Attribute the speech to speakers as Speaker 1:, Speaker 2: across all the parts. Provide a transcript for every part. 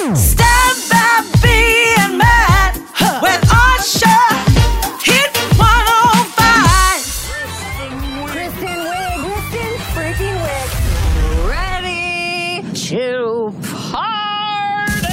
Speaker 1: Stand by being mad when Usher hit 105.
Speaker 2: Kristen Wiig, Kristen freaking Wiig. Ready to party.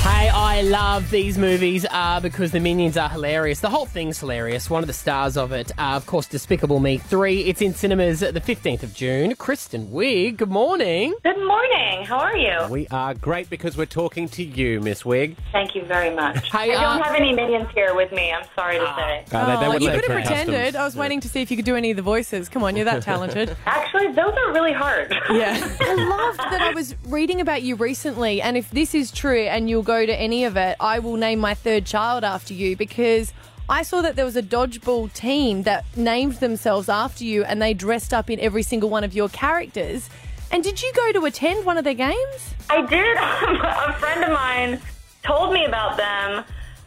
Speaker 3: Hey, I love these movies uh, because the minions are hilarious. The whole thing's hilarious. One of the stars of it, uh, of course, Despicable Me 3. It's in cinemas the 15th of June. Kristen Wiig, good morning.
Speaker 4: Good morning. How are you?
Speaker 3: We are great because we're talking to you, Miss Wiig.
Speaker 4: Thank you very much.
Speaker 3: Hey,
Speaker 4: I don't
Speaker 3: uh,
Speaker 4: have any minions here with me. I'm sorry to say.
Speaker 5: Oh, you
Speaker 3: let
Speaker 5: could have
Speaker 3: it go.
Speaker 5: pretended. I was waiting to see if you could do any of the voices. Come on, you're that talented.
Speaker 4: Actually, those are really hard.
Speaker 5: yeah. I loved that I was reading about you recently, and if this is true and you'll go to any of it, I will name my third child after you because I saw that there was a dodgeball team that named themselves after you and they dressed up in every single one of your characters. And did you go to attend one of their games?
Speaker 4: I did. um, a friend of mine told me about them,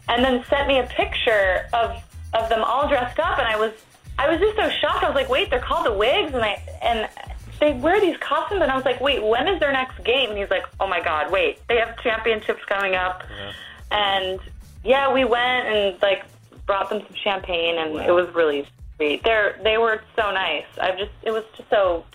Speaker 4: and then sent me a picture of of them all dressed up, and I was I was just so shocked. I was like, wait, they're called the Wigs, and I and they wear these costumes, and I was like, wait, when is their next game? And he's like, oh my God, wait, they have championships coming up, and yeah, we went and like brought them some champagne, and it was really sweet. They're they were so nice. I just it was just so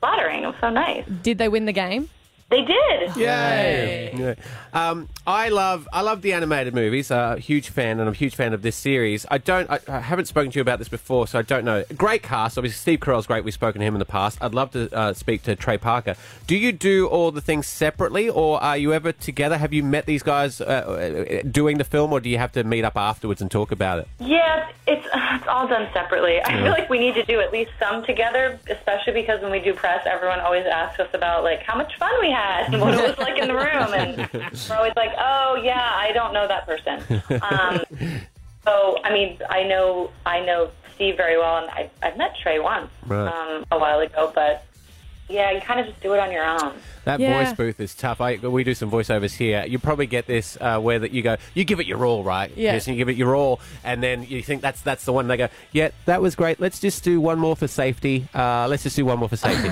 Speaker 4: flattering. It was so nice.
Speaker 5: Did they win the game?
Speaker 4: They did.
Speaker 3: Yay. Yeah. Um, I love I love the animated movies. Uh, huge fan, and I'm a huge fan of this series. I don't I, I haven't spoken to you about this before, so I don't know. Great cast, obviously. Steve Carell's great. We've spoken to him in the past. I'd love to uh, speak to Trey Parker. Do you do all the things separately, or are you ever together? Have you met these guys uh, uh, doing the film, or do you have to meet up afterwards and talk about it?
Speaker 4: Yeah, it's it's all done separately. I feel like we need to do at least some together, especially because when we do press, everyone always asks us about like how much fun we had and what it was like in the room, and we're always like, oh yeah, I don't know that person. Um, so I mean, I know I know Steve very well, and I I've met Trey once
Speaker 3: Right.
Speaker 4: um, a while ago, but yeah, you kind of just do it on your own.
Speaker 3: That
Speaker 5: Yeah.
Speaker 3: voice booth is tough. I, we do some voiceovers here. You probably get this uh, where that you go, you give it your all, right?
Speaker 5: Yeah.
Speaker 3: Kirsten, you give it your all, and then you think that's that's the one. They go, yeah, that was great. Let's just do one more for safety. Uh, let's just do one more for safety.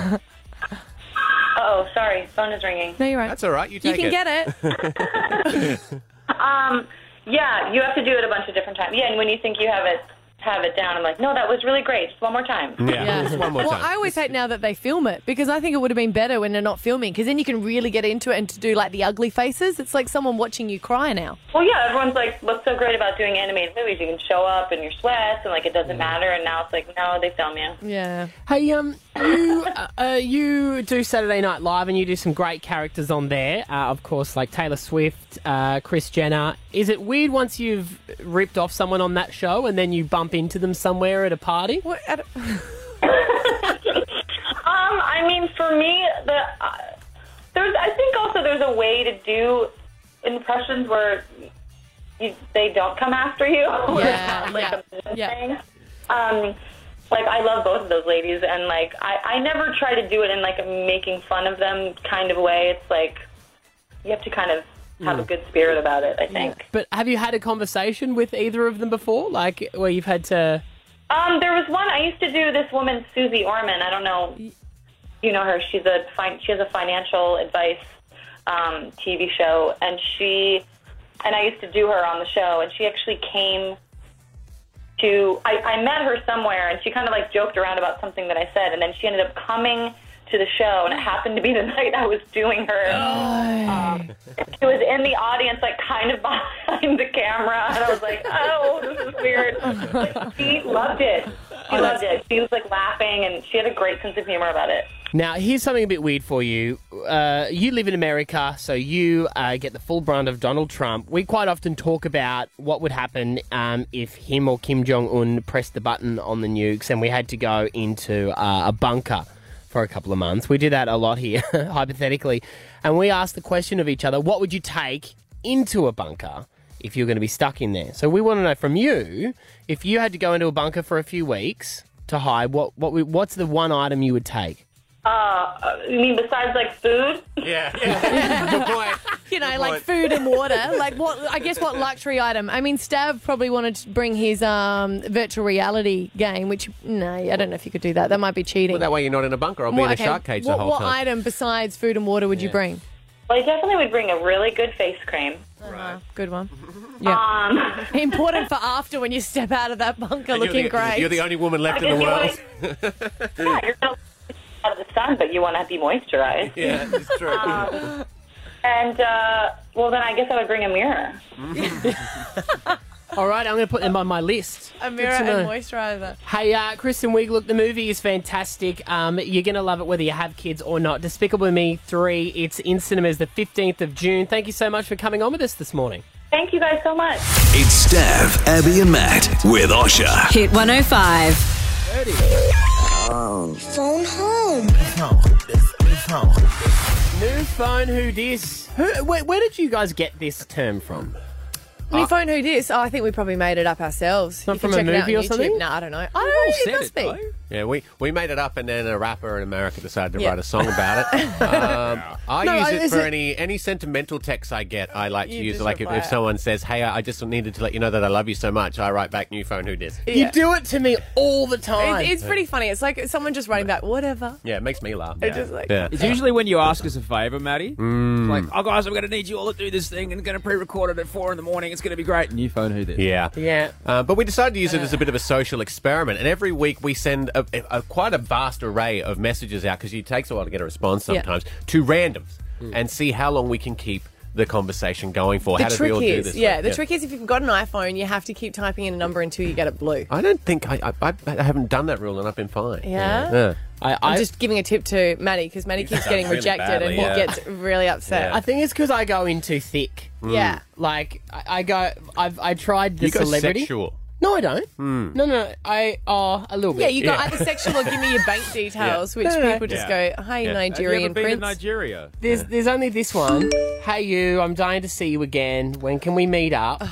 Speaker 4: Oh, sorry, phone is ringing.
Speaker 5: No, you're right.
Speaker 3: that's all right. You
Speaker 5: You
Speaker 3: take
Speaker 5: can
Speaker 3: it.
Speaker 5: get it.
Speaker 4: Um, yeah, you have to do it a bunch of different times. Yeah, and when you think you have it have it down, I'm like, no, that was really great. Just one more time.
Speaker 3: Yeah, just one more
Speaker 5: well,
Speaker 3: time.
Speaker 5: I always hate now that they film it because I think it would have been better when they're not filming because then you can really get into it and to do like the ugly faces. It's like someone watching you cry now.
Speaker 4: Well, yeah, everyone's like, what's so great about doing animated movies? You can show up in your sweats and like it
Speaker 3: Mm.
Speaker 4: doesn't matter. And now it's like, no, they film you.
Speaker 5: Yeah.
Speaker 3: Hey, um, you uh, uh, you do Saturday Night Live, and you do some great characters on there. Uh, of course, like Taylor Swift, uh, Chris Jenner. Is it weird once you've ripped off someone on that show, and then you bump into them somewhere at a party?
Speaker 5: What, I don't-
Speaker 4: Um, I mean, for me, the uh, there's I think also there's a way to do impressions where you, they don't come after you.
Speaker 5: Yeah,
Speaker 4: like
Speaker 5: yeah,
Speaker 4: a business
Speaker 5: yeah.
Speaker 4: thing. Um, like I love both of those ladies, and like I, I never try to do it in like a making fun of them kind of way. It's like you have to kind of have a good spirit about it. I think.
Speaker 3: But have you had a conversation with either of them before? Like where you've had to
Speaker 4: Um, there was one I used to do. This woman, Susie Orman. I don't know. You know her. She's a fin- she has a financial advice um, TV show, and she and I used to do her on the show, and she actually came to. I, I met her somewhere, and she kind of like joked around about something that I said, and then she ended up coming to the show, and it happened to be the night I was doing her. Um, she was in the audience, like kind of behind the camera, and I was like, "Oh, this is weird." But she loved it. She loved it. She was like laughing, and she had a great sense of humor about it.
Speaker 3: Now, here's something a bit weird for you. Uh, you live in America, so you uh, get the full brunt of Donald Trump. We quite often talk about what would happen um, if him or Kim Jong un pressed the button on the nukes and we had to go into uh, a bunker for a couple of months. We do that a lot here, hypothetically. And we ask the question of each other what would you take into a bunker? If you're going to be stuck in there. So, we want to know from you if you had to go into a bunker for a few weeks to hide, what, what, we- what's the one item you would take?
Speaker 4: Uh, Uh, you mean besides like food?
Speaker 3: Yeah.
Speaker 5: you know, like food and water. Like what? I guess what luxury item? I mean, Stav probably wanted to bring his um, virtual reality game, which no, I don't know if you could do that. That might be cheating.
Speaker 3: That way you're not in a bunker. I'll be
Speaker 5: Well,
Speaker 3: in a
Speaker 5: okay,
Speaker 3: shark cage
Speaker 5: what,
Speaker 3: the whole
Speaker 5: what
Speaker 3: time.
Speaker 5: item besides food and water would you bring?
Speaker 4: Well, I definitely would bring a really good face cream.
Speaker 5: Uh, good one. Yeah.
Speaker 4: Um,
Speaker 5: Important for after when you step out of that bunker
Speaker 6: You're
Speaker 5: looking
Speaker 6: the,
Speaker 5: great.
Speaker 6: You're the only woman left in the
Speaker 4: if you
Speaker 6: world.
Speaker 4: want- yeah, you're not out of the sun, but you want to be moisturized. Um,
Speaker 6: Yeah, it's true.
Speaker 4: And uh, well, then I guess I would bring a mirror.
Speaker 3: All right, I'm going to put them on my list.
Speaker 5: a mirror
Speaker 3: Good to
Speaker 5: and
Speaker 3: know.
Speaker 5: moisturizer.
Speaker 3: Hey, uh, Kristen Wiig, look, the movie is fantastic. Um, you're going to love it whether you have kids or not. Despicable Me 3, it's in cinemas the 15th of June. Thank you so much for coming on with us this morning.
Speaker 4: Thank you guys so much.
Speaker 7: It's Stav, Abby, and Matt with Osha.
Speaker 8: Hit 105.
Speaker 2: Phone home.
Speaker 3: New phone, who dis? Who, where, where did you guys get this term from?
Speaker 5: We phone who dis? Oh, I think we probably made it up ourselves.
Speaker 3: Not
Speaker 5: you can
Speaker 3: from a
Speaker 5: check it out
Speaker 3: movie
Speaker 5: on
Speaker 3: or
Speaker 5: YouTube.
Speaker 3: something?
Speaker 5: No, I don't know. I don't know. It must be.
Speaker 6: Yeah, we, we made it up, and then a rapper in America decided to write a song about it. Um, I
Speaker 3: No,
Speaker 6: use
Speaker 3: I-
Speaker 6: it
Speaker 3: is
Speaker 6: for
Speaker 3: it-
Speaker 6: any any sentimental texts I get. I like to
Speaker 5: You
Speaker 6: use it.
Speaker 5: just
Speaker 6: Like if,
Speaker 5: reply
Speaker 6: if
Speaker 5: it.
Speaker 6: someone says, "Hey, I I just needed to let you know that I love you so much," I write back, "New phone, who dis?"
Speaker 3: You do it to me all the time.
Speaker 5: It, it's pretty funny. It's like someone just writing back, whatever.
Speaker 6: Yeah, it makes me laugh.
Speaker 5: It just like-
Speaker 6: yeah. Mm.
Speaker 9: It's usually when you ask us a favour, Maddie. It's like, oh, guys, I'm going to need you all to do this thing and going to pre record it at four in the morning. It's going to be great. And you phone who did.
Speaker 6: Yeah.
Speaker 3: yeah.
Speaker 6: Uh, but we decided to use it as a bit of a social experiment, and every week we send a, a, a- quite a vast array of messages out because it takes a while to get a response
Speaker 5: Yeah. Mm.
Speaker 6: sometimes to randoms and see how long we can keep the conversation going for.
Speaker 5: The
Speaker 6: how did we
Speaker 5: trick
Speaker 6: all do
Speaker 5: is,
Speaker 6: this?
Speaker 5: yeah,
Speaker 6: week?
Speaker 5: the trick is if you've got an iPhone, you have to keep typing in a number until you get it blue.
Speaker 6: I don't think I, I, I haven't done that rule, and I've been fine.
Speaker 5: Yeah?
Speaker 6: yeah.
Speaker 3: I, I,
Speaker 5: I'm just giving a tip to Maddie because Maddie keeps
Speaker 6: done
Speaker 5: getting
Speaker 6: really
Speaker 5: rejected
Speaker 6: badly,
Speaker 5: and
Speaker 6: yeah.
Speaker 5: he gets really upset.
Speaker 3: I think it's because I go in too thick.
Speaker 5: Yeah.
Speaker 3: Like, I, I go, I've I tried the
Speaker 6: Mm. You go
Speaker 3: celebrity.
Speaker 6: sexual. Hmm.
Speaker 3: No, I don't. No, no, I, oh, a little bit.
Speaker 5: Yeah, you got either sexual or give me your bank details, which
Speaker 3: No, no, no.
Speaker 5: people just
Speaker 6: Yeah.
Speaker 5: go, "Hey,
Speaker 6: Yeah.
Speaker 5: Nigerian prince."
Speaker 9: Nigeria?
Speaker 3: There's, there's only this one. Hey, you, I'm dying to see you again. When can we meet up? Uh,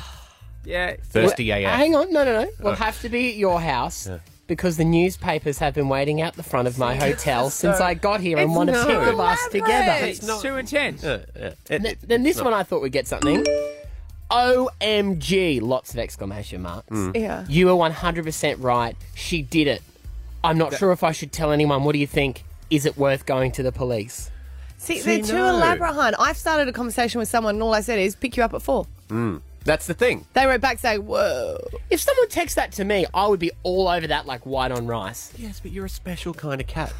Speaker 9: Yeah.
Speaker 6: Thirsty Uh. AF.
Speaker 3: Hang on, no, no, no. We'll have to be at your house because the newspapers have been waiting out the front of my hotel since I got here and
Speaker 5: It's
Speaker 3: want to
Speaker 5: not
Speaker 3: keep the last together.
Speaker 5: elaborate.
Speaker 9: It's too intense.
Speaker 6: Yeah, Uh, it-
Speaker 3: Th-
Speaker 6: it-
Speaker 3: Then this one I thought we'd get something. OMG, lots of exclamation marks.
Speaker 6: Mm.
Speaker 5: Yeah.
Speaker 3: You were 100% right. She did it. I'm not sure if I should tell anyone. What do you think? Is it worth going to the police?
Speaker 5: See, they're too
Speaker 6: no.
Speaker 5: elaborate. hon. I've started a conversation with someone, and all I said is, "Pick you up at four.
Speaker 6: Mm. that's the thing.
Speaker 5: They wrote back saying, "Whoa."
Speaker 3: If someone texts that to me, I would be all over that like white on rice.
Speaker 6: Yes, but you're a special kind of cat.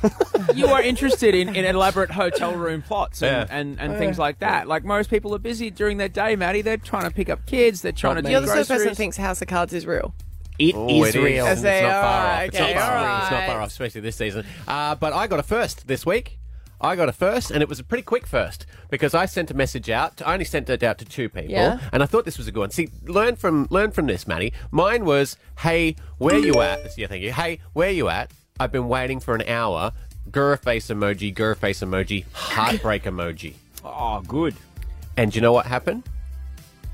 Speaker 9: you are interested in, in elaborate hotel room plots and,
Speaker 6: Yeah.
Speaker 9: and, and things like that. Like most people are busy during their day, Maddie. They're trying to pick up kids. They're trying to
Speaker 5: You're
Speaker 9: do
Speaker 5: the sort of
Speaker 9: groceries.
Speaker 5: person that thinks House of Cards is real.
Speaker 3: It is
Speaker 6: Oh, it is.
Speaker 3: real.
Speaker 6: It's
Speaker 5: say,
Speaker 6: not far
Speaker 5: alright,
Speaker 6: off. It's not
Speaker 5: okay,
Speaker 6: far off. It's not
Speaker 5: alright.
Speaker 6: far off, especially this season. Uh, but I got a first this week. I got a first, and it was a pretty quick first because I sent a message out. I only sent it out to two people,
Speaker 5: Yeah.
Speaker 6: and I thought this was a good one. See, learn from learn from this, Manny. Mine was, "Hey, where you at?" Yeah, thank you. Hey, where you at? I've been waiting for an hour. Gurr face emoji, gurr face emoji, heartbreak emoji.
Speaker 9: Oh, good.
Speaker 6: And do you know what happened?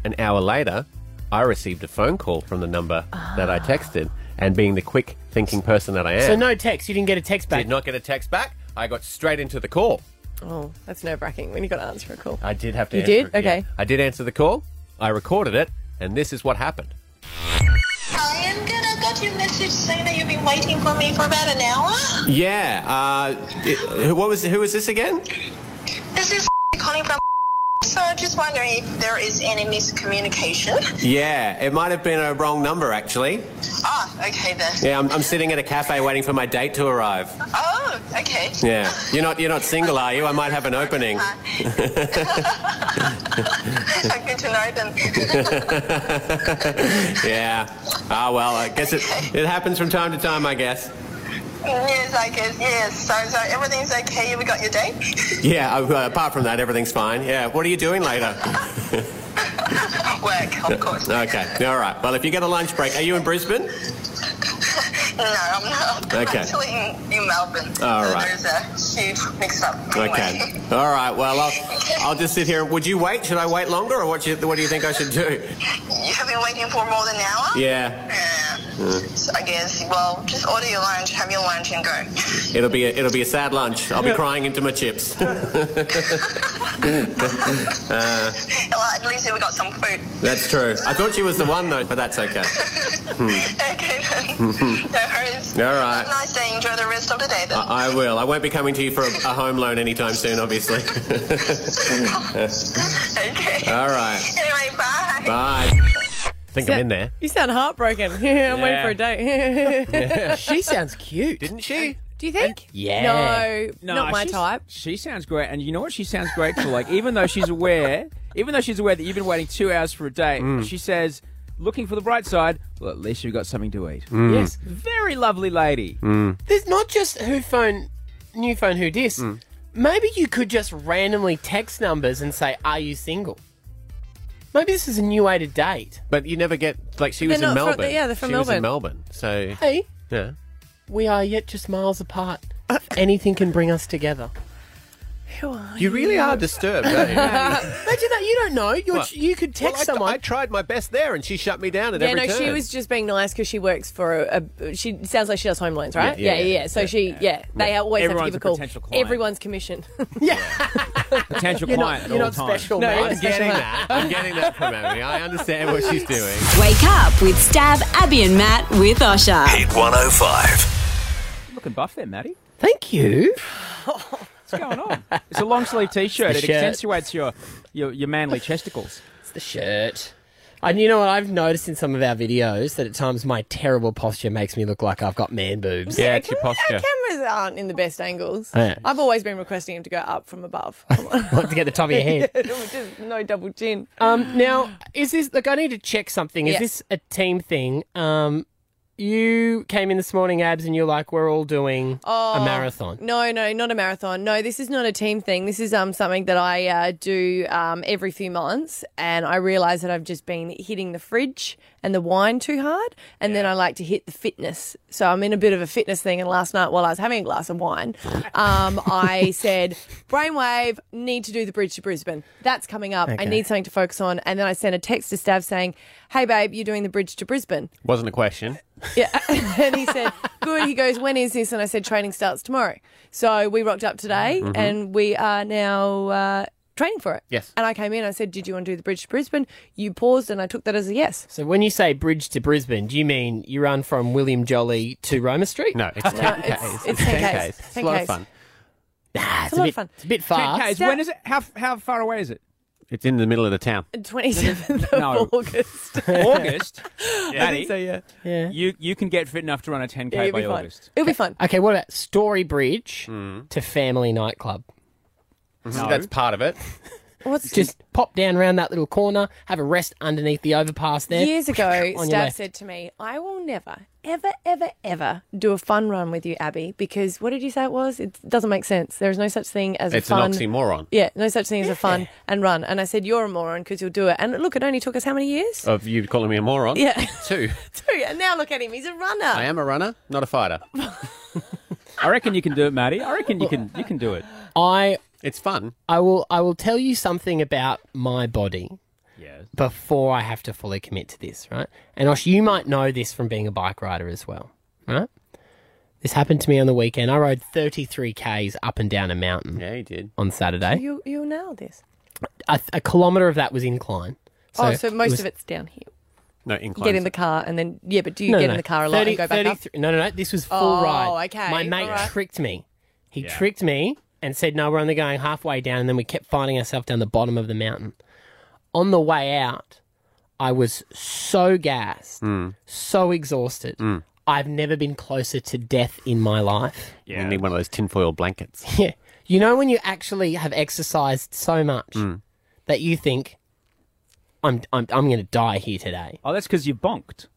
Speaker 6: An hour later, I received a phone call from the number that I texted. And being the quick thinking person that I am,
Speaker 3: So no text. You didn't get a text back.
Speaker 6: did not get a text back. I got straight into the call.
Speaker 5: Oh, that's nerve wracking when you got to answer a call.
Speaker 6: I did have to.
Speaker 5: You
Speaker 6: answer
Speaker 5: did?
Speaker 6: it, yeah.
Speaker 5: Okay.
Speaker 6: I did answer the call. I recorded it, and this is what happened.
Speaker 10: I am gonna got your message saying that you've been waiting for me for about an hour.
Speaker 6: Yeah. Uh, it, what was? Who was this again?
Speaker 10: This is calling from. So I'm just wondering if there is any miscommunication.
Speaker 6: Yeah, it might have been a wrong number actually.
Speaker 10: Ah, okay then.
Speaker 6: Yeah, I'm, I'm sitting at a cafe waiting for my date to arrive.
Speaker 10: Oh, okay.
Speaker 6: Yeah, you're not you're not single, are you? I might have an opening.
Speaker 10: Good to know then.
Speaker 6: Yeah. Ah, well, I guess it it happens from time to time, I guess.
Speaker 10: yes, I guess. Yes. So, so everything's okay. You got your date.
Speaker 6: Yeah. Uh, apart from that, everything's fine. Yeah. What are you doing later?
Speaker 10: Work, of course. No,
Speaker 6: Okay. All right. Well, if you get a lunch break, are you in Brisbane?
Speaker 10: I'm not. I'm
Speaker 6: Okay.
Speaker 10: actually in, in Melbourne.
Speaker 6: All
Speaker 10: so
Speaker 6: right.
Speaker 10: There's a huge mix-up.
Speaker 6: Okay.
Speaker 10: Anyway.
Speaker 6: All right. Well, I'll, I'll just sit here. Would you wait? Should I wait longer, or what? You, what do you think I should do?
Speaker 10: You have been waiting for more than an hour.
Speaker 6: Yeah.
Speaker 10: Yeah. So I guess, well, just order your lunch, have your lunch, and go.
Speaker 6: It'll be a, it'll be a sad lunch. I'll be crying into my chips. Uh,
Speaker 10: well, at least we got some food.
Speaker 6: That's true. I thought she was the one though, but that's okay.
Speaker 10: okay, then. no worries.
Speaker 6: All right. Uh,
Speaker 10: Have a nice day. Enjoy the rest of the day, then.
Speaker 6: I I will. I won't be coming to you for a, a home loan anytime soon, obviously.
Speaker 10: okay.
Speaker 6: All right.
Speaker 10: Anyway, bye.
Speaker 6: Bye. Think I'm in there.
Speaker 5: You sound heartbroken. I'm waiting for a date.
Speaker 3: She sounds cute.
Speaker 6: Didn't she?
Speaker 5: Do you think?
Speaker 3: Yeah.
Speaker 5: No, not my
Speaker 9: she's-
Speaker 5: type.
Speaker 9: She sounds great, and you know what? She sounds great for like, even though she's aware, even though she's aware that you've been waiting two hours for a date,
Speaker 3: Mm.
Speaker 9: she says, looking for the bright side. Well, at least you've got something to eat.
Speaker 3: Mm.
Speaker 9: Yes, very lovely lady.
Speaker 3: There's not just who phone, new phone, who dis.
Speaker 6: Mm.
Speaker 3: Maybe you could just randomly text numbers and say, "Are you single?" Maybe this is a new way to date.
Speaker 6: But you never get like she
Speaker 5: They're
Speaker 6: was in
Speaker 5: not from-
Speaker 6: Melbourne.
Speaker 5: yeah, they're from
Speaker 6: she was in Melbourne. So
Speaker 3: Hey,
Speaker 6: yeah.
Speaker 3: we are yet just miles apart. Anything can bring us together.
Speaker 6: You really are disturbed. eh? Don't you?
Speaker 3: Imagine that you don't know. You're,
Speaker 6: What?
Speaker 3: you could
Speaker 6: Well,
Speaker 3: text
Speaker 6: I,
Speaker 3: someone.
Speaker 6: I tried my best there, and she shut me down at
Speaker 5: Yeah,
Speaker 6: every
Speaker 5: no,
Speaker 6: turn.
Speaker 5: she was just being nice because she works for a, a. She sounds like she does home loans, right?
Speaker 6: Yeah,
Speaker 5: Yeah,
Speaker 6: yeah,
Speaker 5: yeah.
Speaker 6: yeah.
Speaker 5: So she, yeah, they always
Speaker 9: Everyone's a
Speaker 5: have to give a call.
Speaker 9: potential client.
Speaker 5: Everyone's commission.
Speaker 9: Potential
Speaker 3: you're
Speaker 9: client
Speaker 3: not,
Speaker 9: at
Speaker 3: you're
Speaker 9: all
Speaker 3: not
Speaker 9: times.
Speaker 3: special,
Speaker 5: No,
Speaker 3: mate.
Speaker 5: you're
Speaker 6: I'm getting that. I'm getting that from Emily. I understand what she's doing.
Speaker 8: Wake up with Stab, Abby, and Matt with Osha.
Speaker 7: Hit 105.
Speaker 9: Looking buff there, Maddie.
Speaker 3: Thank you.
Speaker 9: What's going on? It's a long sleeve T-shirt.
Speaker 3: the
Speaker 9: It
Speaker 3: shirt.
Speaker 9: accentuates your your, your manly chesticles.
Speaker 3: It's the shirt. And you know what? I've noticed in some of our videos that at times my terrible posture makes me look like I've got man boobs.
Speaker 6: Yeah, it's your
Speaker 5: Our
Speaker 6: posture.
Speaker 5: cameras aren't in the best angles.
Speaker 3: Yeah.
Speaker 5: I've always been requesting him to go up from above.
Speaker 3: Like to get the top of your head.
Speaker 5: Just no double chin.
Speaker 3: Um, now, is this look? I need to check something. Is
Speaker 5: Yeah.
Speaker 3: this a team thing? Um, you came in this morning, abs, and you're like, we're all doing a marathon.
Speaker 5: Oh, No, no, not a marathon. No, this is not a team thing. This is um something that I uh, do um, every few months, and I realise that I've just been hitting the fridge and the wine too hard, and then I like to hit the fitness. So I'm in a bit of a fitness thing. And last night, while I was having a glass of wine, um, I said, "Brainwave, need to do the bridge to Brisbane. That's coming up. I need something to focus on." And then I sent a text to Stav saying, "Hey, babe, you're doing the bridge to Brisbane."
Speaker 6: Wasn't a question.
Speaker 5: Yeah. and he said, Good. He goes, When is this? And I said, Training starts tomorrow. So we rocked up today
Speaker 9: Mm-hmm.
Speaker 5: and we are now uh, training for it.
Speaker 6: Yes.
Speaker 5: And I came in, I said, Did you want to do the bridge to Brisbane? You paused and I took that as a yes.
Speaker 3: So when you say bridge to Brisbane, do you mean you run from William Jolly to Roma Street?
Speaker 6: No, it's 10
Speaker 5: it's- it's 10 Ks.
Speaker 6: It's a lot of
Speaker 5: 10 Ks.
Speaker 6: fun.
Speaker 3: nah, it's,
Speaker 5: a lot
Speaker 3: bit,
Speaker 5: of fun.
Speaker 3: It's a bit far.
Speaker 9: Okay, when is it? How how far away is it?
Speaker 6: It's in the middle of the town.
Speaker 5: 27th
Speaker 9: No.
Speaker 5: of August.
Speaker 9: August. Maddie,
Speaker 6: yeah.
Speaker 3: Yeah.
Speaker 9: you you can get fit enough to run a 10k
Speaker 5: It'll
Speaker 9: by
Speaker 5: be fun.
Speaker 9: August.
Speaker 5: It'll be fun.
Speaker 3: Okay, what about Story Bridge to Family Nightclub?
Speaker 9: No.
Speaker 6: That's part of it.
Speaker 5: What's
Speaker 3: Just pop down around that little corner, have a rest underneath the overpass there.
Speaker 5: Years ago,
Speaker 3: your
Speaker 5: Stav
Speaker 3: left.
Speaker 5: said to me, I will never, ever, ever, ever do a fun run with you, Abby, because what did you say it was? It doesn't make sense. There is no such thing as
Speaker 6: It's
Speaker 5: a fun
Speaker 6: an oxymoron
Speaker 5: Yeah, no such thing as a fun and run. And I said, You're a moron because you'll do it. And look, it only took us how many years?
Speaker 6: of you calling me a moron.
Speaker 5: Yeah.
Speaker 6: Two.
Speaker 5: Two. And now look at him. He's a runner.
Speaker 6: I am a runner, not a fighter.
Speaker 9: I reckon you can do it, Maddie. I reckon you can you can do it.
Speaker 3: I
Speaker 6: It's fun.
Speaker 3: I will I will tell you something about my body
Speaker 9: Yes.
Speaker 3: before I have to fully commit to this, right? And Osh, you might know this from being a bike rider as well, right? This happened to me on the weekend. I rode 33 k's up and down a mountain
Speaker 6: Yeah, you did.
Speaker 3: on Saturday.
Speaker 5: You, you nailed this.
Speaker 3: A, a kilometre of that was incline. So
Speaker 5: oh, so most
Speaker 3: was-
Speaker 5: of it's down here.
Speaker 6: No,
Speaker 5: You
Speaker 6: incline.
Speaker 5: get in the car and then, yeah, but do you get in the car a lot
Speaker 3: 30
Speaker 5: and go back up?
Speaker 3: 33 No, no, no. This was full
Speaker 5: Oh,
Speaker 3: ride.
Speaker 5: okay,
Speaker 3: My mate
Speaker 5: all right.
Speaker 3: tricked me. He tricked me and said, "No, we're only going halfway down," and then we kept finding ourselves down the bottom of the mountain. On the way out, I was so gassed,
Speaker 6: Hmm.
Speaker 3: so exhausted.
Speaker 6: Mm.
Speaker 3: I've never been closer to death in my life.
Speaker 6: You need one of those tinfoil blankets.
Speaker 3: Yeah. You know when you actually have exercised so much that you think, "I'm, I'm, I'm going to die here today."
Speaker 9: Oh, that's because you bonked.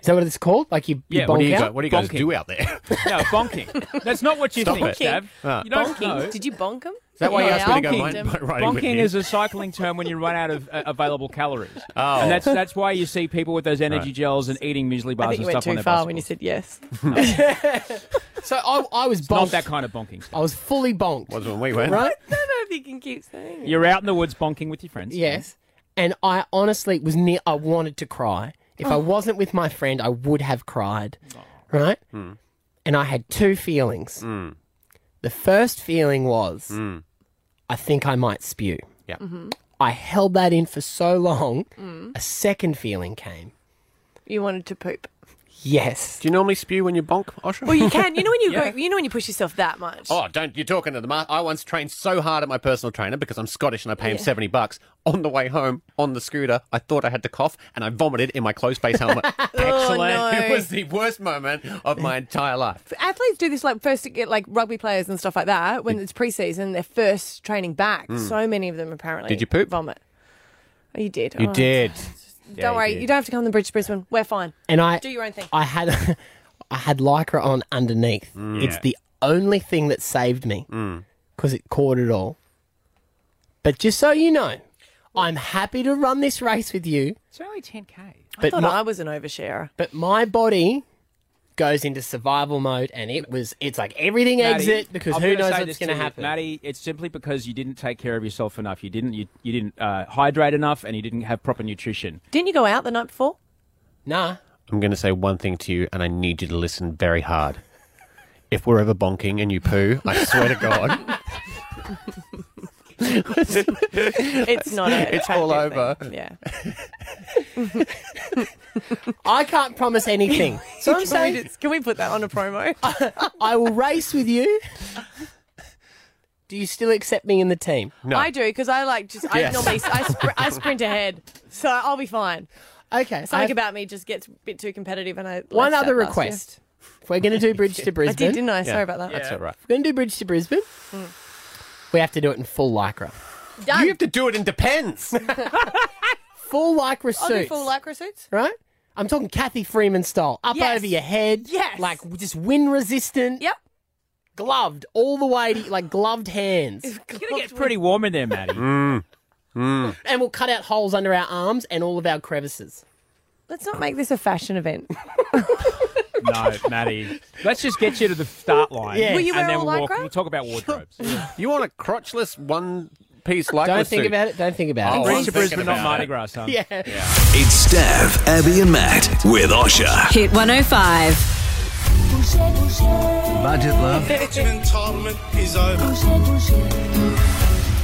Speaker 3: Is that what it's called? Like you, you
Speaker 9: Yeah,
Speaker 3: bonk
Speaker 9: what
Speaker 6: What do you,
Speaker 3: out?
Speaker 6: go, what do you guys
Speaker 9: Bonking.
Speaker 6: do out there? Is
Speaker 9: No, bonking. That's not what you
Speaker 6: Stop
Speaker 9: think,
Speaker 6: it.
Speaker 9: Stav. You don't know.
Speaker 5: Did you bonk him? Is
Speaker 6: that why you
Speaker 5: yeah,
Speaker 6: asked me to go
Speaker 5: I'll
Speaker 6: mine,
Speaker 5: bonk him.
Speaker 6: bike riding with
Speaker 9: Bonking
Speaker 6: you?
Speaker 9: is a cycling term when you run out of uh, available calories. Oh. And that's that's why you see people with those energy gels and eating muesli
Speaker 5: I
Speaker 9: bars and
Speaker 5: think you
Speaker 9: stuff
Speaker 5: went
Speaker 9: on
Speaker 5: too
Speaker 9: their
Speaker 5: far when you
Speaker 9: bicycles.
Speaker 5: said yes.
Speaker 3: So I, I was bonked.
Speaker 9: Not that kind of bonking.
Speaker 3: I was fully bonked.
Speaker 6: was when we went.
Speaker 3: right?
Speaker 5: I don't know if you can keep saying it.
Speaker 9: You're out in the woods bonking with your friends.
Speaker 3: Yes. And I honestly was near, I wanted to cry. If
Speaker 6: Oh.
Speaker 3: I wasn't with my friend, I would have cried. Right?
Speaker 6: Hmm.
Speaker 3: And I had two feelings. The first feeling was I think I might spew.
Speaker 6: Hmm.
Speaker 3: Mm-hmm.
Speaker 6: Yeah. Hmm.
Speaker 3: I held that in for so long, a second feeling came.
Speaker 5: You wanted to poop.
Speaker 3: Yes.
Speaker 6: Hmm. Do you normally spew when you bonk, Osha?
Speaker 5: Well, you can. You know when you go, you know when you push yourself that much.
Speaker 6: Oh, don't you're talking to the ma- I once trained so hard at my personal trainer because I'm Scottish and I pay him seventy bucks. On the way home on the scooter, I thought I had to cough and I vomited in my closed face helmet. Excellent!
Speaker 5: Oh, no.
Speaker 6: It was the worst moment of my entire life.
Speaker 5: Athletes do this like first to get like rugby players and stuff like that when it's preseason, their first training back.
Speaker 3: Mm.
Speaker 5: So many of them apparently.
Speaker 6: Did you poop?
Speaker 5: Vomit. Oh, you did. Oh, Don't
Speaker 6: Yeah, you
Speaker 5: worry.
Speaker 6: did.
Speaker 5: You don't have to come to the bridge to Brisbane. We're fine.
Speaker 3: And I
Speaker 5: Do your own thing.
Speaker 3: I had I had lycra on underneath.
Speaker 9: Mm.
Speaker 3: It's the only thing that saved me because it caught it all. But just so you know, I'm happy to run this race with you,
Speaker 9: It's only 10k.
Speaker 5: I
Speaker 3: but
Speaker 5: thought
Speaker 3: my,
Speaker 5: I was an oversharer.
Speaker 3: but my body goes into survival mode, and it was it's like everything exit because
Speaker 9: I'm
Speaker 3: who
Speaker 9: gonna
Speaker 3: knows
Speaker 9: say
Speaker 3: what's
Speaker 9: this
Speaker 3: going to
Speaker 9: you,
Speaker 3: happen.
Speaker 9: Maddie, it's simply because you didn't take care of yourself enough. You didn't you, you didn't uh, hydrate enough and you didn't have proper nutrition.
Speaker 5: Didn't you go out the night before?
Speaker 3: Nah,
Speaker 6: I'm going to say one thing to you, and I need you to listen very hard. If we're ever bonking and you poo, I swear to God,
Speaker 5: It's not. A
Speaker 6: It's all
Speaker 5: attractive thing. Yeah.
Speaker 3: I can't promise anything. so I'm
Speaker 5: Can we,
Speaker 3: saying
Speaker 5: just- can we put that on a promo?
Speaker 3: I will race with you. Do you still accept me in the team?
Speaker 6: no.
Speaker 5: I do because I like just I
Speaker 6: Yes.
Speaker 5: normally I, spr- I sprint ahead, so I'll be fine.
Speaker 3: Okay. I
Speaker 5: Something
Speaker 3: have
Speaker 5: about me just gets a bit too competitive, and I
Speaker 3: one
Speaker 5: left
Speaker 3: other
Speaker 5: that last year.
Speaker 3: request. If we're going to do Bridge to
Speaker 5: I
Speaker 3: Brisbane,
Speaker 5: did, didn't I? Sorry about that. Hmm.
Speaker 6: That's all right.
Speaker 3: We're going to do Bridge to Brisbane. We have to do it in full lycra.
Speaker 5: Done.
Speaker 6: You have to do it in depends.
Speaker 3: Full lycra
Speaker 5: I'll
Speaker 3: suits.
Speaker 5: do full lycra suits.
Speaker 3: right? I'm talking Kathy Freeman style. Up
Speaker 5: Yes.
Speaker 3: over your head.
Speaker 5: Yes.
Speaker 3: Like just wind resistant.
Speaker 5: Yep.
Speaker 3: Gloved all the way to like gloved hands.
Speaker 9: It's gonna get pretty warm in there, Maddie.
Speaker 6: Mm.
Speaker 3: and we'll cut out holes under our arms and all of our crevices.
Speaker 5: Let's not make this a fashion event.
Speaker 9: no, Maddie. Let's just get you to the start line.
Speaker 3: Yeah. Will
Speaker 5: you
Speaker 9: and
Speaker 5: wear
Speaker 9: then
Speaker 5: all
Speaker 9: we'll, walk,
Speaker 5: lycra?
Speaker 9: we'll talk about wardrobes.
Speaker 6: you want a crotchless one piece like
Speaker 3: Don't think about it. Don't think about
Speaker 6: Oh,
Speaker 3: it.
Speaker 9: Bridge to
Speaker 6: I'm thinking
Speaker 9: Brisbane, not
Speaker 6: about
Speaker 9: Mardi
Speaker 6: it.
Speaker 9: Gras, son.
Speaker 3: Yeah.
Speaker 7: It's Stav, Abby, and Matt with Osha.
Speaker 8: Hit 105.
Speaker 7: Budget love.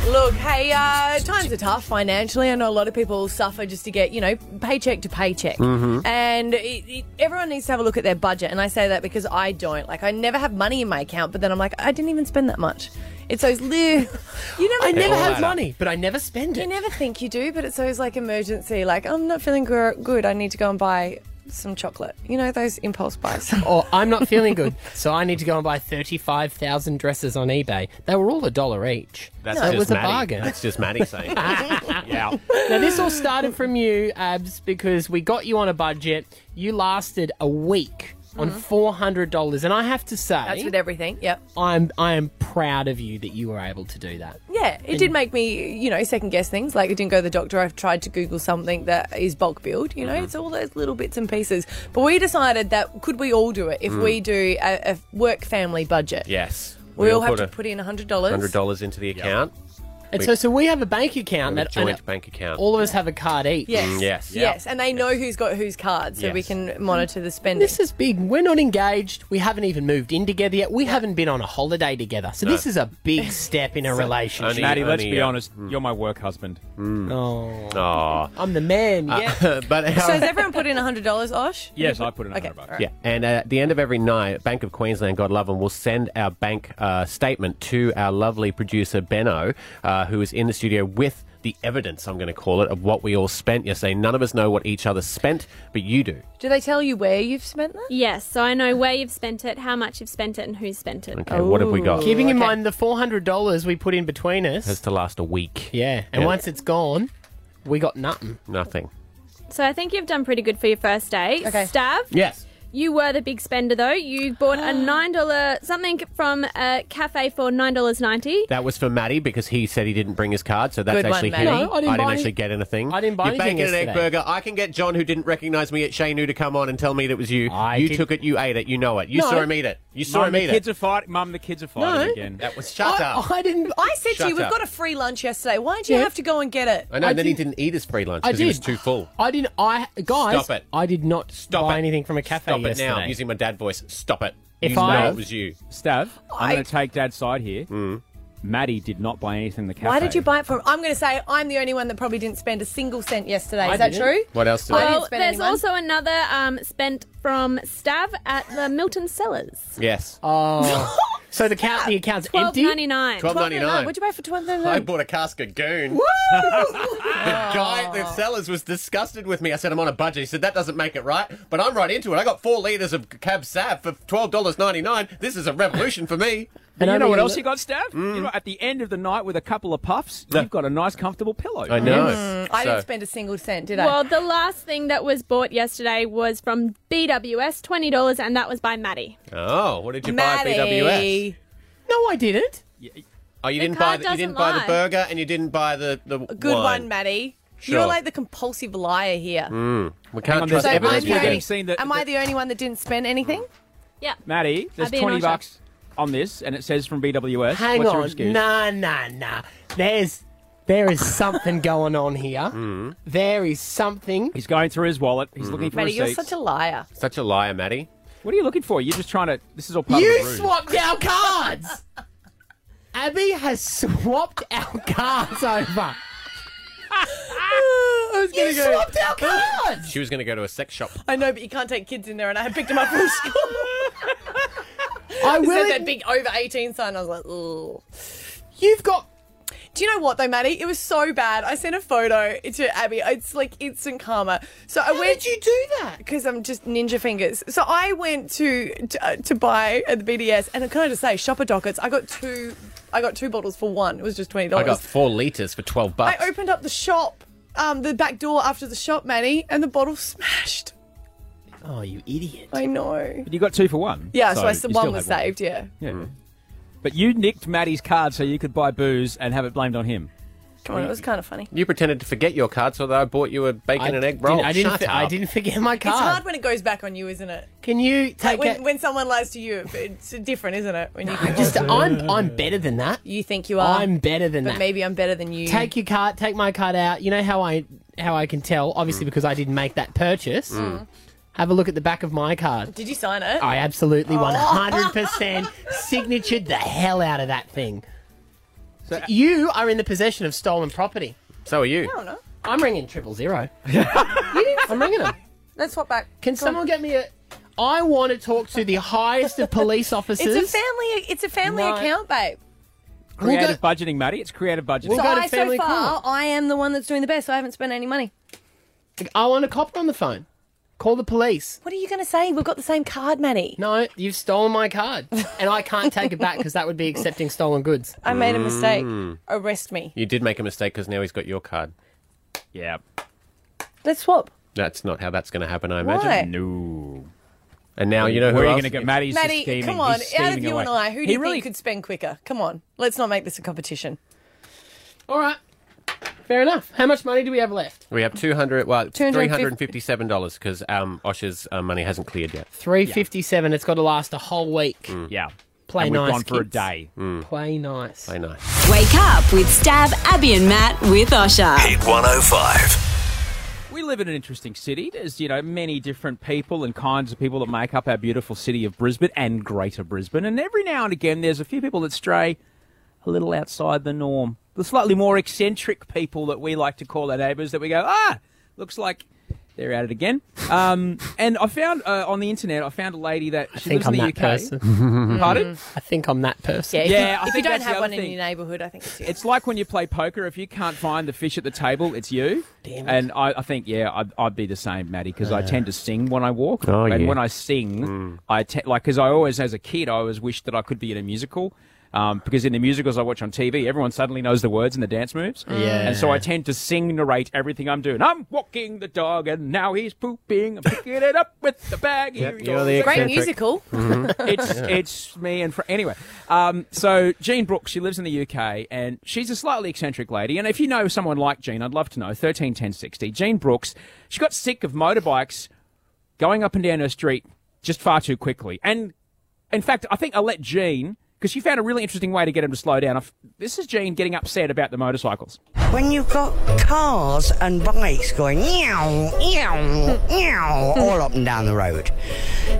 Speaker 5: Look, hey, uh, times are tough financially. I know a lot of people suffer just to get, you know, paycheck to paycheck. And it, it, everyone needs to have a look at their budget. And I say that because I don't. Like, I never have money in my account, but then I'm like, I didn't even spend that much. It's those little. You never
Speaker 3: I never
Speaker 6: all
Speaker 3: have
Speaker 6: add up.
Speaker 3: money, but I never spend
Speaker 5: You
Speaker 3: it.
Speaker 5: never think you do, but it's always like emergency. Like, I'm not feeling gr- good. I need to go and buy some chocolate. You know, those impulse buys.
Speaker 3: or I'm not feeling good, so I need to go and buy 35,000 dresses on eBay. They were all a dollar each.
Speaker 6: That's
Speaker 3: so
Speaker 6: just
Speaker 3: it was
Speaker 6: Maddie.
Speaker 3: a bargain.
Speaker 6: That's just Maddie saying. yeah.
Speaker 3: Now, this all started from you, Abs, because we got you on a budget. You lasted a week on $400. And I have to say,
Speaker 5: Mm-hmm. That's with everything. Yep.
Speaker 3: I'm, I am proud of you that you were able to do that.
Speaker 5: Yeah, it did make me, you know, second guess things. Like, I didn't go to the doctor. I've tried to Google something that is bulk build. You know,
Speaker 6: Mm-hmm.
Speaker 5: it's all those little bits and pieces. But we decided that could we all do it if
Speaker 6: Mm.
Speaker 5: we do a, a work family budget?
Speaker 6: Yes.
Speaker 5: We, all have
Speaker 6: put
Speaker 5: to
Speaker 6: a
Speaker 5: put in $100.
Speaker 6: hundred dollars into the account.
Speaker 3: And so, so we have a bank account
Speaker 6: and a
Speaker 3: that and
Speaker 6: joint bank account.
Speaker 3: all of us have a card each.
Speaker 5: Yes.
Speaker 6: Mm, yes.
Speaker 5: Yes. And they know who's got whose card, so we
Speaker 6: Yes.
Speaker 5: can monitor the spending.
Speaker 3: This is big. We're not engaged. We haven't even moved in together yet. We haven't been on a holiday together. So this is a big step in a relationship.
Speaker 6: only-
Speaker 9: Maddie, let's be
Speaker 6: uh, Mm.
Speaker 9: honest. You're my work husband.
Speaker 3: Oh,
Speaker 6: Aw. Uh,
Speaker 3: I'm the man. Yeah.
Speaker 6: but
Speaker 5: so has everyone put in $100, Osh?
Speaker 9: Yes, I put it on
Speaker 5: Okay.
Speaker 9: okay.
Speaker 5: all right.
Speaker 6: yeah, and at the end of every night, Bank of Queensland, God love them, will send our bank uh, statement to our lovely producer Benno, uh, who is in the studio with the evidence. I'm going to call it of what we all spent yesterday. None of us know what each other spent, but you do.
Speaker 5: Do they tell you where you've spent that?
Speaker 11: Yes, so I know where you've spent it, how much you've spent it, and who's spent it.
Speaker 6: Okay, what have we got?
Speaker 3: Keeping in
Speaker 5: Okay.
Speaker 3: mind the $400 we put in between us.
Speaker 6: Has to last a week.
Speaker 3: Yeah, and
Speaker 6: Yeah.
Speaker 3: once it's gone, we got nothing.
Speaker 6: Nothing.
Speaker 11: So I think you've done pretty good for your first date.
Speaker 5: Okay.
Speaker 11: Stav,
Speaker 6: Yes.
Speaker 11: you were the big spender though. You bought a $9 something from a cafe for $9.90.
Speaker 6: That was for Maddie because he said he didn't bring his card, so that's
Speaker 5: Good one,
Speaker 6: actually
Speaker 5: Maddie.
Speaker 6: him.
Speaker 5: No,
Speaker 3: I didn't buy any-
Speaker 6: actually get anything.
Speaker 3: I didn't buy
Speaker 6: you
Speaker 3: anything
Speaker 6: You bacon and egg
Speaker 3: yesterday.
Speaker 6: burger. I can get John, who didn't recognise me at Shane, who to come on and tell me that it was you.
Speaker 3: I
Speaker 6: you
Speaker 3: did-
Speaker 6: took it. You ate it. You know it. You
Speaker 3: No.
Speaker 6: saw him eat it. You saw
Speaker 9: Mum,
Speaker 6: him eat
Speaker 9: the
Speaker 6: it.
Speaker 9: Kids are fighting. Mum, the kids are fighting again.
Speaker 6: That was shut
Speaker 5: I,
Speaker 6: up.
Speaker 5: I didn't. I said to
Speaker 6: Shut
Speaker 5: you, we've
Speaker 6: up.
Speaker 5: got a free lunch yesterday. Why did you have to go and get it?
Speaker 6: I know. and then he didn't eat his free lunch
Speaker 3: I
Speaker 6: because he was
Speaker 3: did.
Speaker 6: too full.
Speaker 3: I didn't. I guys.
Speaker 6: Stop it.
Speaker 3: I did not
Speaker 6: Stop
Speaker 3: buy
Speaker 6: it.
Speaker 3: anything from a cafe
Speaker 6: Stop it
Speaker 3: yesterday.
Speaker 6: now. I'm using my dad voice. Stop it.
Speaker 3: If
Speaker 6: you
Speaker 3: I-
Speaker 6: know it was you. Mm.
Speaker 9: Stav, I'm
Speaker 5: I-
Speaker 9: going to take Dad's side here. Maddie did not buy anything in the cafe.
Speaker 5: Why did you buy it from? I'm going to say I'm the only one that probably didn't spend a single cent yesterday.
Speaker 9: I
Speaker 5: Is that
Speaker 9: didn't.
Speaker 5: true?
Speaker 6: What else did I-
Speaker 11: Well,
Speaker 5: spend
Speaker 11: there's
Speaker 5: anyone.
Speaker 11: also another um, spent from Stav at the Milton Cellars.
Speaker 6: Yes.
Speaker 3: Oh. so the count, the account's
Speaker 11: Twelve
Speaker 3: empty.
Speaker 11: ninety nine.
Speaker 6: Twelve ninety nine.
Speaker 5: What'd you pay for twelve ninety
Speaker 6: I
Speaker 5: nine?
Speaker 6: bought a cask of goon. The guy at the sellers was disgusted with me. I said, I'm on a budget. He said, that doesn't make it right, but I'm right into it. I got four litres of Cab Sav for $12.99. This is a revolution for me. Mm.
Speaker 9: And you
Speaker 3: I
Speaker 9: know what
Speaker 3: mean-
Speaker 9: else you got, Stav? You know, at the end of the night with a couple of puffs, you've got a nice, comfortable pillow.
Speaker 6: I know.
Speaker 5: Mm, I
Speaker 6: So-
Speaker 5: didn't spend a single cent, did I?
Speaker 11: Well, the last thing that was bought yesterday was from BWS, twenty dollars, and that was by Maddie.
Speaker 6: Oh, what did you
Speaker 5: Maddie.
Speaker 6: buy at BWS?
Speaker 3: No, I didn't.
Speaker 6: Oh, you didn't
Speaker 11: card
Speaker 6: buy the, you
Speaker 11: doesn't
Speaker 6: didn't buy the
Speaker 11: lie.
Speaker 6: burger and you didn't buy the the
Speaker 5: Good
Speaker 6: wine.
Speaker 5: one, Maddie.
Speaker 6: Sure.
Speaker 5: You're like the compulsive liar here.
Speaker 6: hmm, We
Speaker 9: Hang
Speaker 6: can't
Speaker 9: on,
Speaker 6: trust
Speaker 9: there's
Speaker 6: evidence.
Speaker 5: I'm
Speaker 9: evidence.
Speaker 5: the
Speaker 9: You're
Speaker 5: only-
Speaker 9: getting
Speaker 6: Evidence.
Speaker 9: seen that.
Speaker 5: Am I the only one that didn't spend anything?
Speaker 11: Yeah.
Speaker 9: Maddie, there's
Speaker 11: I'd be an
Speaker 9: 20
Speaker 11: usher.
Speaker 9: bucks on this, and it says from BWS.
Speaker 3: Hang
Speaker 9: What's your
Speaker 3: on.
Speaker 9: excuse?
Speaker 3: Nah, nah, nah. There's there is something going on here.
Speaker 6: Hmm.
Speaker 3: There is something.
Speaker 9: He's going through his wallet. He's looking for
Speaker 5: Maddie, you're
Speaker 9: receipts.
Speaker 5: such a liar.
Speaker 6: Such a liar, Maddie.
Speaker 9: What are you looking for? You're just trying to. This is all part
Speaker 3: You
Speaker 9: of the ruse.
Speaker 3: swapped our cards. Abby has swapped our cards over.
Speaker 5: I was
Speaker 3: You
Speaker 5: gonna go-
Speaker 3: swapped our cards.
Speaker 6: She was going to go to a sex shop.
Speaker 5: I know, but you can't take kids in there, and I picked them up from school.
Speaker 3: I
Speaker 5: Said
Speaker 3: will. e-
Speaker 5: that big over 18 sign. I was like, ugh.
Speaker 3: You've got.
Speaker 5: Do you know what though, Maddie? It was so bad. I sent a photo to Abby. It's like instant karma. So I
Speaker 3: Where
Speaker 5: went
Speaker 3: did you do that?
Speaker 5: because I'm just ninja fingers. So I went to to, uh, to buy at the BDS, and can I just say, shopper dockets. I got two. I got two bottles for one. It was just twenty
Speaker 6: I got
Speaker 5: dollars.
Speaker 6: four litres for 12 bucks.
Speaker 5: I opened up the shop, um, the back door after the shop, Maddie, and the bottle smashed.
Speaker 3: Oh, you idiot.
Speaker 5: I know.
Speaker 9: But you got two for one.
Speaker 5: Yeah, so, I said
Speaker 9: you
Speaker 5: one
Speaker 9: still
Speaker 5: was
Speaker 9: had
Speaker 5: saved. Yeah.
Speaker 9: Yeah.
Speaker 6: Hmm.
Speaker 9: But you nicked Maddie's card so you could buy booze and have it blamed on him.
Speaker 5: Come on, it was
Speaker 3: Mm.
Speaker 5: kind of funny.
Speaker 6: you pretended to forget your card, so that I bought you a bacon and egg roll.
Speaker 3: Didn't, I, didn't
Speaker 6: Shut
Speaker 3: fi-
Speaker 6: up.
Speaker 3: I didn't forget my
Speaker 5: It's hard
Speaker 3: card.
Speaker 5: when it goes back on you, isn't it?
Speaker 3: Can you
Speaker 5: Like
Speaker 3: take
Speaker 5: when,
Speaker 3: it?
Speaker 5: when someone lies to you, it's different, isn't it? When you
Speaker 3: Just, I'm, I'm better than that.
Speaker 5: you think you are,
Speaker 3: I'm better than
Speaker 5: but
Speaker 3: that.
Speaker 5: maybe I'm better than you.
Speaker 3: take your card, take my card out. You know how I how I can tell, obviously because I didn't make that purchase. Have a look at the back of my card.
Speaker 5: Did you Oh. sign it?
Speaker 3: I absolutely 100% signatured the hell out of that thing. So you are in the possession of stolen property.
Speaker 6: So are you.
Speaker 5: don't know.
Speaker 3: I'm ringing triple zero. I'm ringing them.
Speaker 5: Let's swap back.
Speaker 3: Can someone get me a? I want to talk to the highest of police officers.
Speaker 5: It's a family. It's a family
Speaker 3: No.
Speaker 5: account, babe.
Speaker 3: We'll go-
Speaker 9: Creative budgeting, Maddie. It's creative budgeting.
Speaker 3: We'll
Speaker 5: So
Speaker 3: go to
Speaker 5: I, so
Speaker 3: family
Speaker 5: far,
Speaker 3: court.
Speaker 5: I am the one that's doing the best. I haven't spent any money.
Speaker 3: I want a cop on the phone. Call the police.
Speaker 5: What are you going to say? We've got the same card, Manny.
Speaker 3: No, you've stolen my card, and I can't take it back because that would be accepting stolen goods.
Speaker 5: I made a mistake.
Speaker 6: Hmm.
Speaker 5: Arrest me.
Speaker 6: You did make a mistake because now he's got your card.
Speaker 9: yeah.
Speaker 5: Let's swap.
Speaker 6: That's not how that's going to happen, I imagine.
Speaker 5: Why?
Speaker 9: No.
Speaker 6: And now you know who
Speaker 9: Where are you
Speaker 6: else-
Speaker 9: going to get Maddie's just
Speaker 5: Maddie,
Speaker 9: scheming.
Speaker 5: come on.
Speaker 9: He's
Speaker 5: Out of
Speaker 9: scheming
Speaker 5: you
Speaker 9: away.
Speaker 5: and I, who do
Speaker 9: He
Speaker 5: you
Speaker 9: really
Speaker 5: think could spend quicker? Come on. Let's not make this a competition.
Speaker 3: All right, fair enough. How much money do we have left?
Speaker 6: We have 200, well,
Speaker 5: $250
Speaker 6: $357 because um, Osh's uh, money hasn't cleared yet. Mm.
Speaker 3: Three fifty-seven. It's got to last a whole week.
Speaker 9: Yeah.
Speaker 3: Play
Speaker 9: and we've
Speaker 3: nice,
Speaker 9: gone for a
Speaker 3: kids.
Speaker 9: day.
Speaker 3: Play nice.
Speaker 6: I know.
Speaker 8: Wake up with Stab, Abby, and Matt with Osha.
Speaker 7: Hit 105.
Speaker 9: We live in an interesting city. There's, you know, many different people and kinds of people that make up our beautiful city of Brisbane and Greater Brisbane. And every now and again, there's a few people that stray a little outside the norm. The slightly more eccentric people that we like to call our neighbours that we go, ah, looks like they're at it again. Um, and I found uh, on the internet, I found a lady that she
Speaker 3: think
Speaker 9: lives in
Speaker 3: I'm
Speaker 9: the
Speaker 3: that
Speaker 9: UK.
Speaker 3: person.
Speaker 9: Pardon?
Speaker 3: I think I'm that person.
Speaker 5: if
Speaker 9: Yeah,
Speaker 5: you,
Speaker 9: I
Speaker 5: if you
Speaker 9: think
Speaker 5: don't
Speaker 9: that's the
Speaker 5: have one
Speaker 9: other
Speaker 5: in
Speaker 9: thing.
Speaker 5: your neighbourhood, I think it's you.
Speaker 9: It's like when you play poker. If you can't find the fish at the table, it's you.
Speaker 3: Damn it.
Speaker 9: And I, I think, yeah, I'd, I'd be the same, Maddie, because I tend to sing when I walk.
Speaker 6: Oh,
Speaker 9: and
Speaker 6: yeah. Mm.
Speaker 9: when I sing, I te- like because I always, as a kid, I always wished that I could be in a musical. Um, because in the musicals I watch on TV, everyone suddenly knows the words and the dance moves.
Speaker 3: Yeah.
Speaker 9: And so I tend to sing, narrate everything I'm doing. I'm walking the dog, and now he's pooping. I'm picking it up with the bag. Here
Speaker 6: Yep,
Speaker 9: he
Speaker 6: you're
Speaker 9: goes
Speaker 6: the
Speaker 9: again."
Speaker 5: Great
Speaker 6: eccentric. Mm-hmm.
Speaker 5: musical.
Speaker 9: it's it's me and fr- anyway. Um, so Jean Brooks, she lives in the UK, and she's a slightly eccentric lady. And if you know someone like Jean, I'd love to know. Thirteen ten sixty. Jean Brooks, she got sick of motorbikes going up and down her street just far too quickly, and In fact, I think I'll let Jean, because she found a really interesting way to get him to slow down. I f- This is Jean getting upset about the motorcycles.
Speaker 12: When you've got cars and bikes going meow, meow, meow all up and down the road,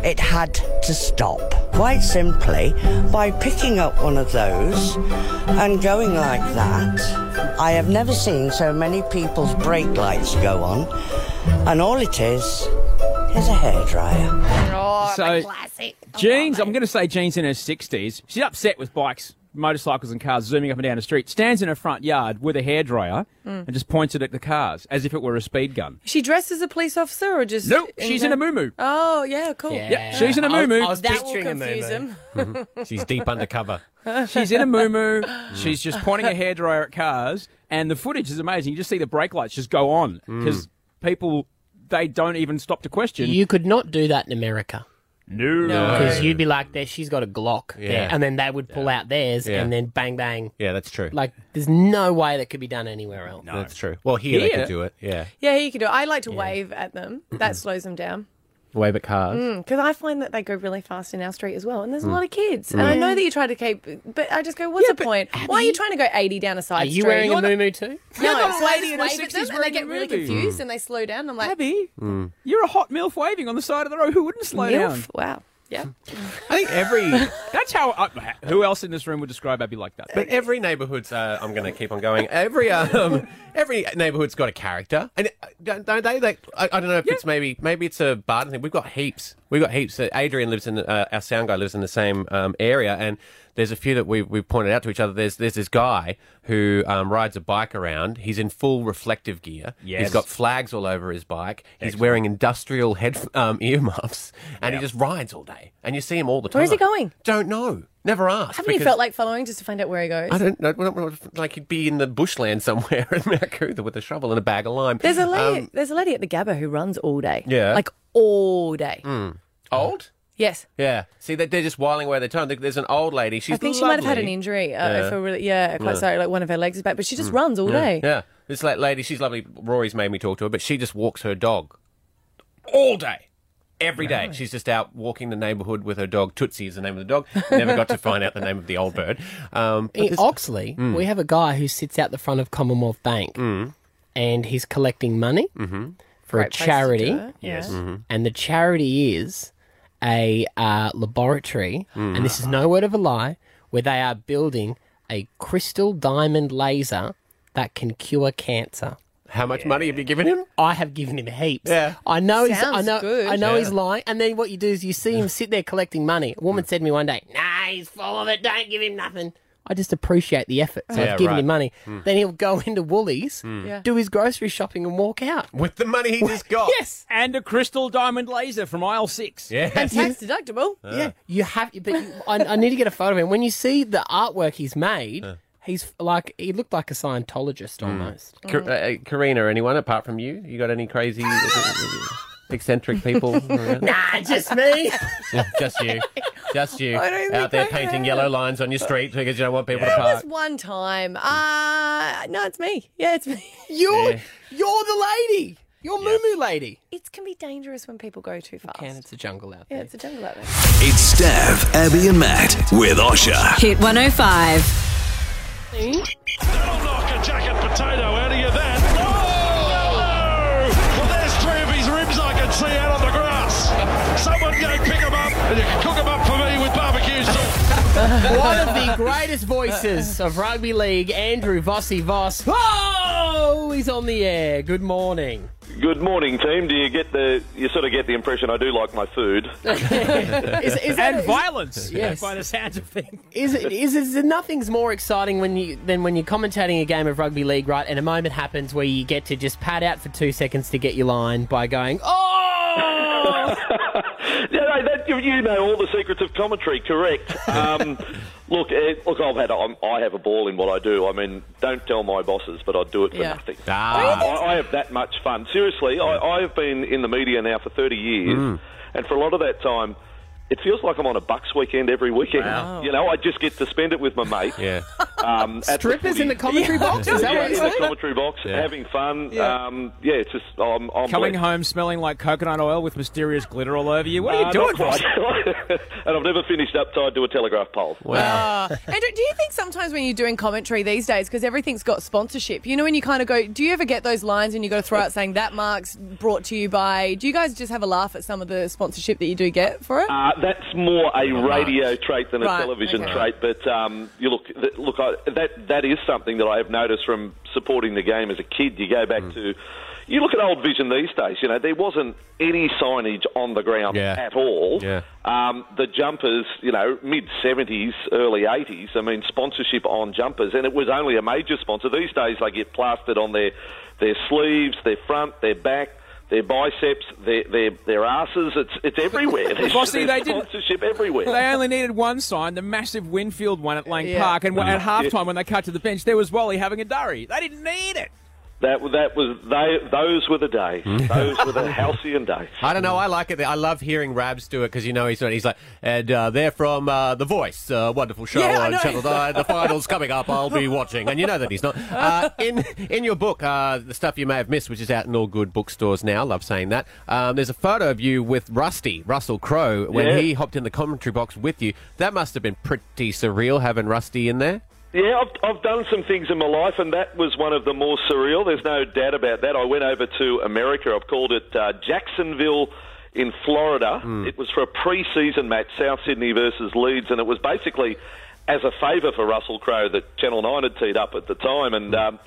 Speaker 12: it had to stop quite simply by picking up one of those and going like that. I have never seen so many people's brake lights go on, and all it is is a hairdryer.
Speaker 9: so, Jean's, I'm going to say Jean's in her 60s. She's upset with bikes, motorcycles, and cars zooming up and down the street. Stands in her front yard with a hairdryer
Speaker 5: Mm.
Speaker 9: and just points it at the cars as if it were a speed gun.
Speaker 5: She dressed as a police officer or just.
Speaker 9: Nope, she's in a muumuu.
Speaker 5: Oh, yeah, cool.
Speaker 9: Yeah. Yep, she's in a muumuu. I was
Speaker 5: That
Speaker 9: picturing
Speaker 5: will
Speaker 9: a
Speaker 5: confuse him.
Speaker 6: She's deep undercover.
Speaker 9: She's in a muumuu. She's just pointing a hairdryer at cars, and the footage is amazing. You just see the brake lights just go on
Speaker 5: Mm.
Speaker 9: because people they don't even stop to question.
Speaker 3: You could not do that in America.
Speaker 9: No.
Speaker 3: Because
Speaker 9: Mm.
Speaker 3: you'd be like, there, she's got a Glock.
Speaker 6: Yeah.
Speaker 3: There. And then they would pull out theirs
Speaker 6: Yeah.
Speaker 3: and then bang, bang.
Speaker 6: Yeah, that's true.
Speaker 3: Like, there's no way that could be done anywhere else.
Speaker 6: That's true. Well, here they
Speaker 3: Here?
Speaker 6: could do it. Yeah.
Speaker 5: Yeah, you could do it. I like to wave at them. That slows them down.
Speaker 6: Wave at cars.
Speaker 5: Because I find that they go really fast in our street as well, and there's a
Speaker 6: Mm.
Speaker 5: lot of kids. And I
Speaker 6: Mm.
Speaker 5: know that you try to keep, but I just go, what's the point? Why are you trying to go 80 down a side
Speaker 3: Are you
Speaker 5: street?
Speaker 3: wearing a
Speaker 5: You're
Speaker 3: muumuu too?
Speaker 5: the- No,
Speaker 9: You're the
Speaker 5: so I
Speaker 9: lady in
Speaker 5: just
Speaker 9: her
Speaker 5: wave at
Speaker 9: 60s
Speaker 5: them, and they
Speaker 9: wearing a
Speaker 5: get really
Speaker 9: muumuu.
Speaker 5: confused, and they slow down. I'm like,
Speaker 9: Abby,
Speaker 5: Mm.
Speaker 9: you're a hot milf waving on the side of the road. Who wouldn't slow down?
Speaker 5: Milf? Wow. Yeah.
Speaker 6: I think every.
Speaker 9: That's how. I, who else in this room would describe Abby like that?
Speaker 6: But every neighbourhood's. Uh, I'm going to keep on going. Every um, every neighbourhood's got a character, and uh, don't, don't they? They. I, I don't know if it's maybe maybe it's a Barton thing. We've got heaps. We've got heaps. Uh, Adrian lives in uh, our sound guy lives in the same um, area, and there's a few that we we pointed out to each other. There's there's this guy who um, rides a bike around. He's in full reflective gear.
Speaker 9: Yes.
Speaker 6: He's got flags all over his bike. He's wearing industrial head um, earmuffs, and he just rides all day. And you see him all the time.
Speaker 5: Where is he going?
Speaker 6: Don't know. Never asked.
Speaker 5: Haven't you
Speaker 6: because-
Speaker 5: felt like following just to find out where he goes?
Speaker 6: I don't know. we don't- we don't- Like he'd be in the bushland somewhere in Mount Cootha with a shovel and a bag of lime.
Speaker 5: There's a lady.
Speaker 6: Um,
Speaker 5: there's a lady at the Gabba who runs all day.
Speaker 6: Yeah.
Speaker 5: Like all day.
Speaker 6: mm. Old?
Speaker 5: Yes.
Speaker 6: Yeah. See, they- they're just whiling away their time. There- There's an old lady. She's
Speaker 5: I think she might have had an
Speaker 6: lovely.
Speaker 5: injury. Uh,
Speaker 6: Yeah.
Speaker 5: If I really, yeah, quite
Speaker 6: Yeah.
Speaker 5: sorry. Like one of her legs is back, but she just
Speaker 6: Mm.
Speaker 5: runs all
Speaker 6: Yeah,
Speaker 5: day.
Speaker 6: Yeah. This la- lady, she's lovely. Rory's made me talk to her, but she just walks her dog all day. Every day. She's just out walking the neighbourhood with her dog. Tootsie is the name of the dog. Never got to find out the name of the old bird. Um, but
Speaker 3: In
Speaker 6: this-
Speaker 3: Oxley,
Speaker 6: Mm.
Speaker 3: we have a guy who sits out the front of Commonwealth Bank and he's collecting money
Speaker 6: Mm-hmm.
Speaker 3: for
Speaker 6: Great place
Speaker 3: a
Speaker 6: to do
Speaker 3: charity.
Speaker 6: it, Mm. Yes. yeah. Mhm.
Speaker 3: And the charity is a uh, laboratory,
Speaker 6: Mm.
Speaker 3: and this is no word of a lie, where they are building a crystal diamond laser that can cure cancer.
Speaker 6: How much money have you given him?
Speaker 3: I have given him heaps. Yeah. I know he's I
Speaker 6: Sounds
Speaker 3: know
Speaker 6: good.
Speaker 3: I know
Speaker 6: Yeah. Mm.
Speaker 3: he's lying. And then what you do is you see him sit there collecting money. A woman said to me one day, Nah, he's full of it, don't give him nothing. I just appreciate the effort. So
Speaker 6: Yeah,
Speaker 3: I've given
Speaker 6: right.
Speaker 3: him money.
Speaker 6: Mm.
Speaker 3: Then he'll go into Woolies,
Speaker 6: Mm. Yeah.
Speaker 3: do his grocery shopping, and walk out.
Speaker 6: With the money he just got.
Speaker 3: yes.
Speaker 9: And a crystal diamond laser from aisle six.
Speaker 6: Yeah.
Speaker 5: And tax deductible.
Speaker 3: Yeah. You have, but you, I, I need to get a photo of him. When you see the artwork he's made, he's like, he looked like a Scientologist almost.
Speaker 6: Ka- uh, Karina, anyone apart from you? You got any crazy uh, eccentric people? around?
Speaker 3: nah, Ah, just me.
Speaker 6: Just you. Just you.
Speaker 5: I don't
Speaker 6: Out
Speaker 5: think
Speaker 6: there
Speaker 5: I
Speaker 6: painting
Speaker 5: have.
Speaker 6: yellow lines on your street because you don't want people to
Speaker 5: There
Speaker 6: park.
Speaker 5: was one time. Uh no, it's me. Yeah, it's me.
Speaker 3: You're
Speaker 6: Yeah.
Speaker 3: you're the lady. You're Moo Moo Lady.
Speaker 5: It can be dangerous when people go too fast.
Speaker 3: And it's a jungle out
Speaker 5: Yeah, it's a jungle out there.
Speaker 7: It's Stav, Abby, and Matt with Osha.
Speaker 8: Hit 105.
Speaker 13: jacket potato out of you then. Oh! Well, there's three of his ribs I can see out on the grass. Someone go pick them up and you can cook them up for me with barbecue sauce.
Speaker 3: One of the greatest voices of rugby league, Andrew Vossi Voss. Oh, he's on the air. Good morning.
Speaker 14: Good morning, team. Do you get the? You sort of get the impression I do like my food.
Speaker 3: Is, is that,
Speaker 9: and violence.
Speaker 3: Yes.
Speaker 9: By the sounds of things.
Speaker 3: Is, it- is, is there nothing's more exciting when you than when you're commentating a game of rugby league, right? And a moment happens where you get to just pad out for two seconds to get your line by going, "Oh,
Speaker 14: you, know, that, you, you know all the secrets of commentary, correct? Um, look, eh, look, I've had, I'm, I have a ball in what I do. I mean, don't tell my bosses, but I do it for
Speaker 13: Yeah.
Speaker 14: nothing.
Speaker 9: Ah.
Speaker 14: I, I have that much fun. Seriously,
Speaker 9: Mm.
Speaker 14: I, I have been in the media now for 30 years, and for a lot of that time. It feels like I'm on a Bucks weekend every weekend. You know, I just get to spend it with my mate.
Speaker 6: Yeah.
Speaker 14: Um, at
Speaker 3: Strippers
Speaker 14: footy.
Speaker 3: in the commentary Yeah. box? Is that
Speaker 14: yeah,
Speaker 3: what
Speaker 14: in
Speaker 3: it's
Speaker 14: the
Speaker 3: like?
Speaker 14: commentary box,
Speaker 9: Yeah.
Speaker 14: having fun.
Speaker 9: Yeah.
Speaker 14: Yeah, um, yeah it's just I'm, I'm
Speaker 9: Coming
Speaker 14: blessed.
Speaker 9: home smelling like coconut oil with mysterious glitter all over you. What
Speaker 14: Uh,
Speaker 9: are you doing?
Speaker 14: not quite. and I've never finished up tied to a telegraph pole.
Speaker 5: Uh, Andrew, do you think sometimes when you're doing commentary these days, because everything's got sponsorship, you know, when you kind of go, do you ever get those lines and you got to throw out saying that mark's brought to you by? Do you guys just have a laugh at some of the sponsorship that you do get for it?
Speaker 14: Uh, that's more a radio trait than a
Speaker 5: Right,
Speaker 14: television
Speaker 5: okay.
Speaker 14: trait. But um, you look, th- look, I, that that is something that I have noticed from supporting the game as a kid. You go back
Speaker 9: Hmm.
Speaker 14: to, you look at old vision these days. You know, there wasn't any signage on the ground
Speaker 6: Yeah.
Speaker 14: at all.
Speaker 6: Yeah.
Speaker 14: Um, the jumpers, you know, mid seventies, early eighties. I mean, sponsorship on jumpers, and it was only a major sponsor. These days, they get plastered on their their sleeves, their front, their back. Their biceps, their their their asses, it's it's everywhere. There's,
Speaker 9: Bossy,
Speaker 14: there's
Speaker 9: they didn't-
Speaker 14: sponsorship everywhere.
Speaker 9: They only needed one sign, the massive Winfield one at Lang
Speaker 14: Yeah.
Speaker 9: Park, and at
Speaker 14: Yeah.
Speaker 9: halftime when they cut to the bench, there was Wally having a durry. They didn't need it.
Speaker 14: That that was they. Those were the days. Those were the halcyon days.
Speaker 6: I don't know. I like it. I love hearing Rabs do it because you know he's he's like, and uh, they're from uh, The Voice, uh, wonderful show
Speaker 7: Yeah, I
Speaker 6: on
Speaker 7: know.
Speaker 6: Channel Nine. The finals coming up. I'll be watching, and you know that he's not. Uh, in in your book, uh, the stuff you may have missed, which is out in all good bookstores now. Love saying that. Um, there's a photo of you with Rusty Russell Crowe when
Speaker 14: Yeah.
Speaker 6: he hopped in the commentary box with you. That must have been pretty surreal having Rusty in there.
Speaker 14: Yeah, I've, I've done some things in my life, and that was one of the more surreal. There's no doubt about that. I went over to America. I've called it uh, Jacksonville in Florida.
Speaker 6: Hmm.
Speaker 14: It was for a pre-season match, South Sydney versus Leeds, and it was basically as a favour for Russell Crowe that Channel Nine had teed up at the time, and.
Speaker 6: Hmm.
Speaker 14: Um,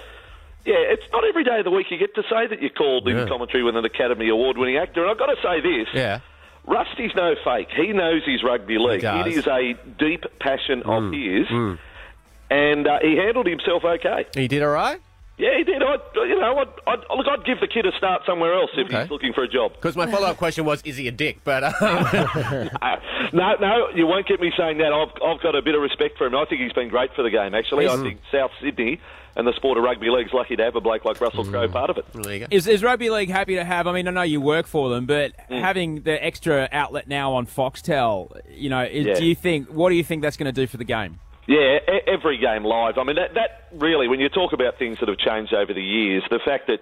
Speaker 14: yeah, it's not every day of the week you get to say that you're called
Speaker 6: Yeah.
Speaker 14: in commentary with an Academy Award winning actor. And I've got to say this.
Speaker 6: Yeah.
Speaker 14: Rusty's no fake. He knows his rugby league.
Speaker 6: does.
Speaker 14: It is a deep passion of his,
Speaker 6: Mm.
Speaker 14: and uh, he handled himself okay.
Speaker 6: He did all right.
Speaker 14: Yeah, he did. I'd, you know, I'd, I'd, look, I'd give the kid a start somewhere else if he's looking for a job.
Speaker 6: Because my follow up question was, is he a dick? But um,
Speaker 14: Uh, No, no, you won't get me saying that. I've, I've got a bit of respect for him. I think he's been great for the game, actually.
Speaker 9: Yes.
Speaker 14: I think South Sydney and the sport of rugby league's lucky to have a bloke like Russell Crowe part of it.
Speaker 9: Is, is rugby league happy to have? I mean, I know you work for them, but having the extra outlet now on Foxtel, you know, is,
Speaker 14: Yeah.
Speaker 9: do you think? What do you think that's going to do for the game?
Speaker 14: Yeah, e- every game live. I mean, that, that really, when you talk about things that have changed over the years, the fact that,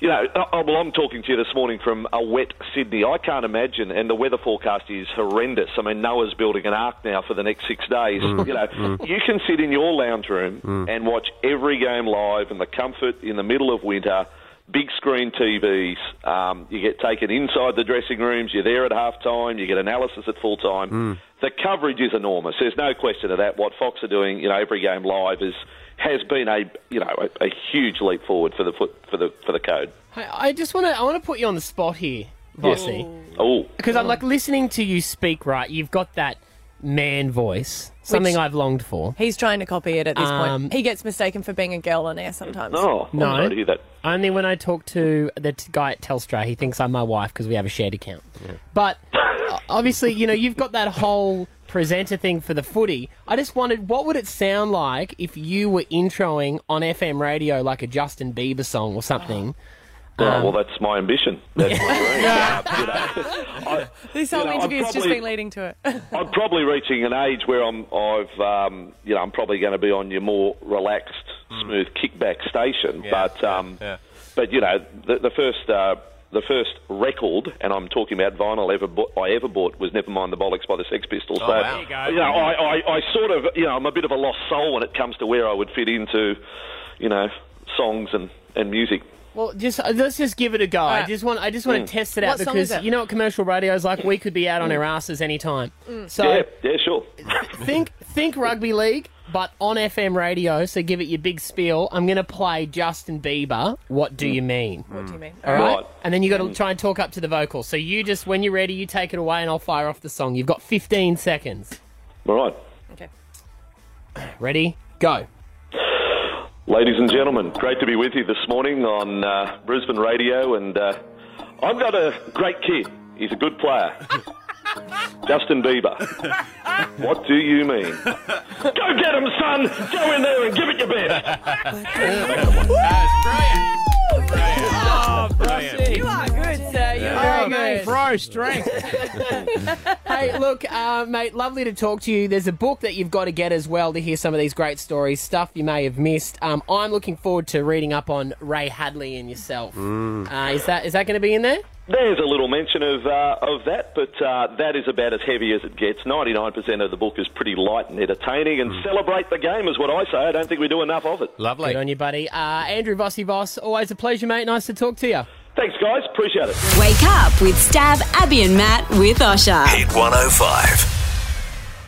Speaker 14: you know, oh, oh, well, I'm talking to you this morning from a wet Sydney. I can't imagine, and the weather forecast is horrendous. I mean, Noah's building an ark now for the next six days.
Speaker 13: Mm,
Speaker 14: You know,
Speaker 13: mm.
Speaker 14: you can sit in your lounge room
Speaker 13: Mm.
Speaker 14: and watch every game live in the comfort in the middle of winter. Big screen TVs. Um, you get taken inside the dressing rooms. You're there at half time. You get analysis at full time
Speaker 6: Mm.
Speaker 14: the coverage is enormous. There's no question of that. What Fox are doing, you know, every game live is has been a you know a, a huge leap forward for the foot for the for the code.
Speaker 3: I, I just want to. I want to put you on the spot here, Bossy.
Speaker 14: Oh,
Speaker 3: Because I'm like listening to you speak, right? You've got that man voice, something
Speaker 5: Which-
Speaker 3: I've longed for.
Speaker 5: He's trying to copy it at this
Speaker 3: Um,
Speaker 5: point. He gets mistaken for being a girl on air sometimes.
Speaker 3: no.
Speaker 14: hear that.
Speaker 3: Only when I talk to the t- guy at Telstra, he thinks I'm my wife because we have a shared account. But uh, obviously, you know, you've got that whole presenter thing for the footy. I just wondered, what would it sound like if you were introing on FM radio like a Justin Bieber song or something? Um,
Speaker 14: Oh, well, that's my ambition. That's my dream.
Speaker 5: This whole
Speaker 14: You know, I've
Speaker 5: interview has just
Speaker 14: probably-
Speaker 5: been leading to it.
Speaker 14: I'm probably reaching an age where I'm I've um, you know I'm probably going to be on your more relaxed,
Speaker 13: Hmm.
Speaker 14: smooth kickback station. but um, but you know the, the first. Uh, the first record, and I'm talking about vinyl ever bought, I ever bought was Nevermind the Bollocks by the Sex Pistols.
Speaker 13: Oh,
Speaker 14: so,
Speaker 13: wow. There you go.
Speaker 14: know, I, I, I sort of, you know, I'm a bit of a lost soul when it comes to where I would fit into, you know, songs and, and music.
Speaker 3: Well, just uh, let's just give it a go. I just want I just want
Speaker 14: Mm.
Speaker 3: to test it out
Speaker 5: What song
Speaker 3: because
Speaker 5: is it?
Speaker 3: you know what commercial radio is like. We could be out on our asses any time.
Speaker 5: Mm.
Speaker 3: So
Speaker 14: yeah, yeah, sure.
Speaker 3: think think rugby league, but on FM radio. So give it your big spiel. I'm gonna play Justin Bieber. What do you mean? What do you mean? All right.
Speaker 14: Right.
Speaker 3: And then you got to
Speaker 14: Mm.
Speaker 3: try and talk up to the vocals. So you just when you're ready, you take it away, and I'll fire off the song. You've got 15 seconds.
Speaker 14: All right.
Speaker 3: Ready? Go.
Speaker 14: Ladies and gentlemen, great to be with you this morning on uh, Brisbane Radio. And uh, I've got a great kid. He's a good player. Justin Bieber. What do you mean? Go get him, son! Go in there and give it your best!
Speaker 9: Oh,
Speaker 14: Brilliant.
Speaker 5: You are good, sir. You're
Speaker 14: Yeah.
Speaker 5: very
Speaker 14: Oh,
Speaker 5: good.
Speaker 14: mate,
Speaker 9: no strength.
Speaker 3: hey, look, uh, mate, lovely to talk to you. There's a book that you've got to get as well to hear some of these great stories, stuff you may have missed. Um, I'm looking forward to reading up on Ray Hadley and yourself. Uh, is that is that going to be in there?
Speaker 14: There's a little mention of uh, of that, but uh, that is about as heavy as it gets. Ninety nine percent of the book is pretty light and entertaining, and celebrate the game is what I say. I don't think we do enough of it.
Speaker 6: Lovely.
Speaker 3: Good on you, buddy. Uh, Andrew Vossi Voss, always a pleasure, mate. Nice to talk to you.
Speaker 14: Thanks, guys. Appreciate it.
Speaker 8: Wake up with Stab, Abby and Matt with Osha.
Speaker 7: Hit 105.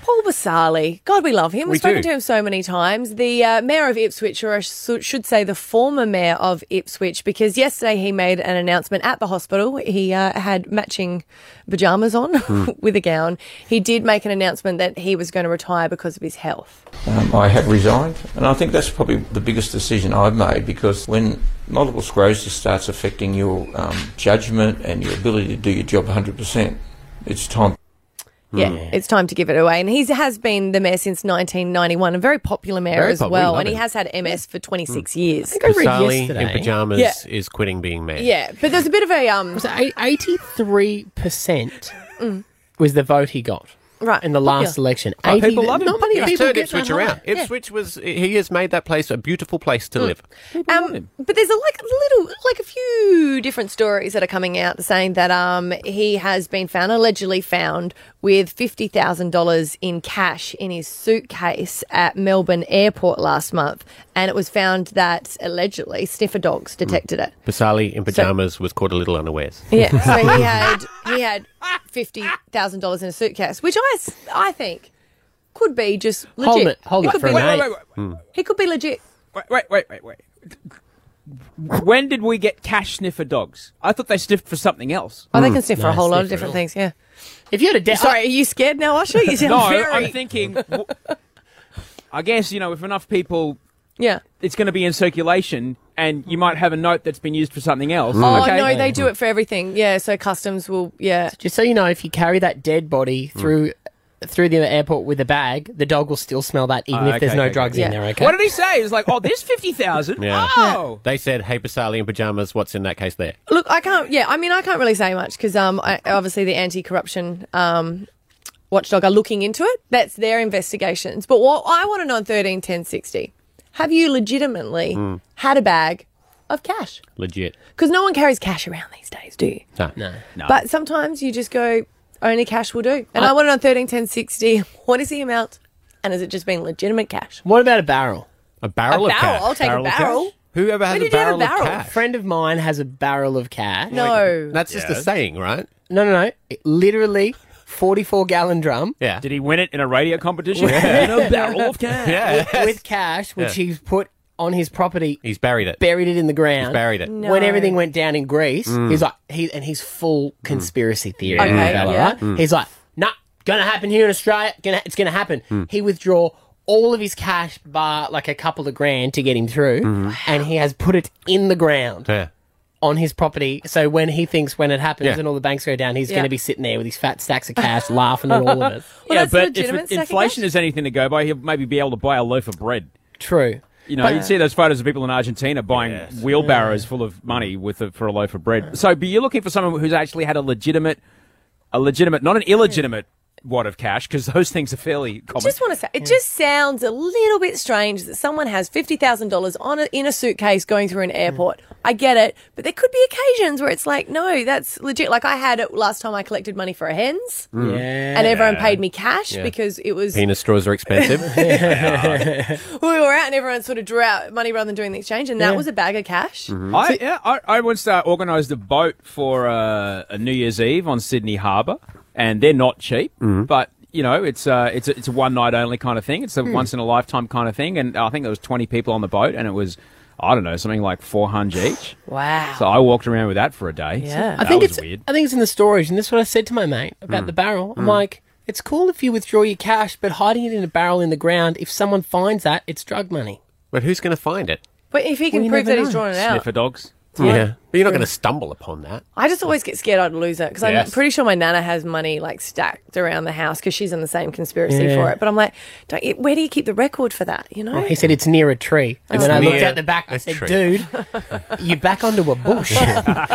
Speaker 5: Paul Basali. God, we love him. We've
Speaker 7: We
Speaker 5: spoken
Speaker 7: do.
Speaker 5: to him so many times. The uh, mayor of Ipswich, or I su- should say the former mayor of Ipswich, because yesterday he made an announcement at the hospital. He uh, had matching pajamas on
Speaker 15: Hmm.
Speaker 5: with a gown. He did make an announcement that he was going to retire because of his health.
Speaker 15: Um, I have resigned, and I think that's probably the biggest decision I've made because when multiple sclerosis starts affecting your um, judgment and your ability to do your job 100%, it's time.
Speaker 6: Hmm.
Speaker 5: Yeah, it's time to give it away. And he has been the mayor since 1991, a very popular mayor
Speaker 6: Very
Speaker 5: as
Speaker 6: popular,
Speaker 5: well.
Speaker 6: love
Speaker 5: And he
Speaker 6: him. Hmm.
Speaker 5: has had MS for 26 years.
Speaker 6: Vasali in pajamas
Speaker 5: Yeah.
Speaker 6: is quitting being mayor.
Speaker 5: Yeah, but there's a bit of a um, Mm.
Speaker 3: eighty-three percent was the vote he got.
Speaker 5: Right.
Speaker 3: In the
Speaker 6: Popular.
Speaker 3: last election.
Speaker 6: Oh,
Speaker 3: 80
Speaker 6: people love him.
Speaker 3: Not many
Speaker 6: He's
Speaker 3: people
Speaker 6: turned
Speaker 3: get
Speaker 6: Ipswich
Speaker 3: that high.
Speaker 6: around.
Speaker 3: Yeah.
Speaker 6: Ipswich was he has made that place a beautiful place to live.
Speaker 5: Um, but there's a like little like a few different stories that are coming out saying that um he has been found allegedly found with fifty thousand dollars in cash in his suitcase at Melbourne Airport last month, and it was found that allegedly sniffer dogs detected it.
Speaker 6: Basali in pajamas was caught a little unawares.
Speaker 5: Yeah, so he had he had fifty thousand dollars in a suitcase, which I s- I think could be just legit.
Speaker 9: Hold it, hold it
Speaker 5: could
Speaker 9: for
Speaker 5: be
Speaker 9: a minute. Hmm. Wait,
Speaker 5: legit.
Speaker 9: wait,
Speaker 5: He could be legit.
Speaker 9: Wait, wait, wait, wait. When did we get cash sniffer dogs? I thought they sniffed for something else.
Speaker 5: Oh, they can sniff for
Speaker 9: Hmm.
Speaker 5: a whole lot of different things. Yeah.
Speaker 3: If you had a
Speaker 9: death-
Speaker 5: sorry, are you scared now, Osha? You sound
Speaker 9: no,
Speaker 5: very.
Speaker 9: I'm thinking. w- I guess you know if enough people,
Speaker 5: yeah,
Speaker 9: it's going to be in circulation, and you might have a note that's been used for something else.
Speaker 5: Oh
Speaker 9: Okay.
Speaker 5: no, they do it for everything. Yeah, so customs will. Yeah,
Speaker 3: Just so you know, if you carry that dead body
Speaker 6: Hmm.
Speaker 3: through through the airport with a bag, the dog will still smell that, even
Speaker 6: Ah,
Speaker 3: if there's
Speaker 6: okay,
Speaker 3: no
Speaker 6: okay,
Speaker 3: drugs
Speaker 6: okay.
Speaker 3: in
Speaker 6: Yeah.
Speaker 3: there. Okay.
Speaker 9: What did he say? It's like, oh, there's fifty thousand. Oh,
Speaker 6: They said, hey, Basali in pajamas, what's in that case there?
Speaker 5: look, I can't. Yeah, I mean, I can't really say much because um, I, obviously the anti-corruption um, watchdog are looking into it. That's their investigations. But what I want to know on thirteen ten sixty, have you legitimately
Speaker 6: Mm.
Speaker 5: had a bag of cash?
Speaker 6: Legit.
Speaker 5: Because no one carries cash around these days, do you?
Speaker 6: No. No.
Speaker 5: But sometimes you just go, only cash will do. And I, want to know on thirteen ten sixty, what is the amount, and has it just been legitimate cash?
Speaker 3: What about a barrel?
Speaker 6: A barrel
Speaker 5: A
Speaker 6: of
Speaker 5: barrel?
Speaker 6: cash.
Speaker 5: I'll take a
Speaker 6: of
Speaker 5: barrel.
Speaker 6: cash. Whoever has
Speaker 5: When
Speaker 6: a
Speaker 5: did you have a
Speaker 6: barrel, of
Speaker 5: barrel?
Speaker 6: cash.
Speaker 3: A friend of mine has a barrel of cash.
Speaker 5: No.
Speaker 6: That's just a
Speaker 3: Yeah.
Speaker 6: saying, right?
Speaker 3: No, no, no. It- literally, forty-four gallon drum.
Speaker 6: Yeah.
Speaker 9: Did he win it in a radio competition?
Speaker 3: Yeah.
Speaker 9: In a barrel of cash.
Speaker 3: With, with cash, which
Speaker 6: Yeah.
Speaker 3: he's put on his property.
Speaker 6: He's buried it.
Speaker 3: Buried it in the ground.
Speaker 6: He's buried it. No.
Speaker 3: When everything went down in Greece,
Speaker 6: Mm.
Speaker 3: he's like, he and he's full conspiracy theory.
Speaker 6: Okay,
Speaker 3: fella,
Speaker 6: yeah.
Speaker 3: right?
Speaker 6: Mm.
Speaker 3: He's like, nah, gonna happen here in Australia. Gonna, it's gonna happen.
Speaker 6: Mm.
Speaker 3: He withdraw all of his cash bar like a couple of grand to get him through,
Speaker 6: Mhm.
Speaker 3: and he has put it in the ground.
Speaker 6: Yeah.
Speaker 3: On his property, so when he thinks when it happens
Speaker 6: Yeah.
Speaker 3: and all the banks go down, he's
Speaker 5: Yeah.
Speaker 3: going to be sitting there with his fat stacks of cash, laughing at all of it.
Speaker 5: Well,
Speaker 9: yeah,
Speaker 5: that's
Speaker 9: but if
Speaker 5: legitimate
Speaker 9: it-
Speaker 5: second
Speaker 9: inflation is anything to go by, he'll maybe be able to buy a loaf of bread.
Speaker 3: True.
Speaker 9: You know,
Speaker 3: But-
Speaker 9: you'd see those photos of people in Argentina buying wheelbarrows full of money with a, for a loaf of bread. So, but you're looking for someone who's actually had a legitimate, a legitimate, not an illegitimate wad of cash, because those things are fairly
Speaker 5: I
Speaker 9: common.
Speaker 5: just want to say, it just sounds a little bit strange that someone has fifty thousand dollars on a, in a suitcase going through an airport. I get it, but there could be occasions where it's like, no, that's legit. Like I had it last time I collected money for a hens,
Speaker 6: Mm.
Speaker 5: and everyone paid me cash
Speaker 6: Yeah.
Speaker 5: because it was
Speaker 6: Penis straws are expensive.
Speaker 5: we were out and everyone sort of drew out money rather than doing the exchange, and that
Speaker 9: Yeah. Mm-hmm.
Speaker 5: was a bag of cash.
Speaker 9: I, yeah, I, I once uh, organised a boat for uh, a New Year's Eve on Sydney Harbour, and they're not cheap, but you know it's uh, it's a, it's a one night only kind of thing. It's a
Speaker 16: Hmm.
Speaker 9: once in a lifetime kind of thing, and I think there was twenty people on the boat, and it was I don't know something like four hundred each.
Speaker 5: Wow.
Speaker 9: So I walked around with that for a day.
Speaker 3: Yeah.
Speaker 9: that
Speaker 3: I think
Speaker 9: was
Speaker 3: it's
Speaker 9: weird.
Speaker 3: I think it's in the storage, and this is what I said to my mate about
Speaker 9: Mm.
Speaker 3: the barrel. I'm
Speaker 9: Mm.
Speaker 3: like, it's cool if you withdraw your cash, but hiding it in a barrel in the ground, if someone finds that, it's drug money.
Speaker 6: but who's going to find it?
Speaker 5: But if he can
Speaker 3: Well, you
Speaker 5: prove
Speaker 3: never
Speaker 5: that he's
Speaker 3: know.
Speaker 5: drawn it out,
Speaker 9: Sniffer dogs.
Speaker 6: Yeah, but you're not going to stumble upon that.
Speaker 5: I just always get scared I'd lose it because
Speaker 6: Yes.
Speaker 5: I'm pretty sure my nana has money like stacked around the house because she's in the same conspiracy
Speaker 3: Yeah.
Speaker 5: for it. But I'm like, don't you, where do you keep the record for that? You know?
Speaker 9: Oh,
Speaker 3: Well, he said it's near a tree. And
Speaker 5: It's
Speaker 3: then I looked
Speaker 5: near
Speaker 3: out the back. I
Speaker 5: a
Speaker 3: said,
Speaker 5: tree.
Speaker 3: dude, you're back onto a bush.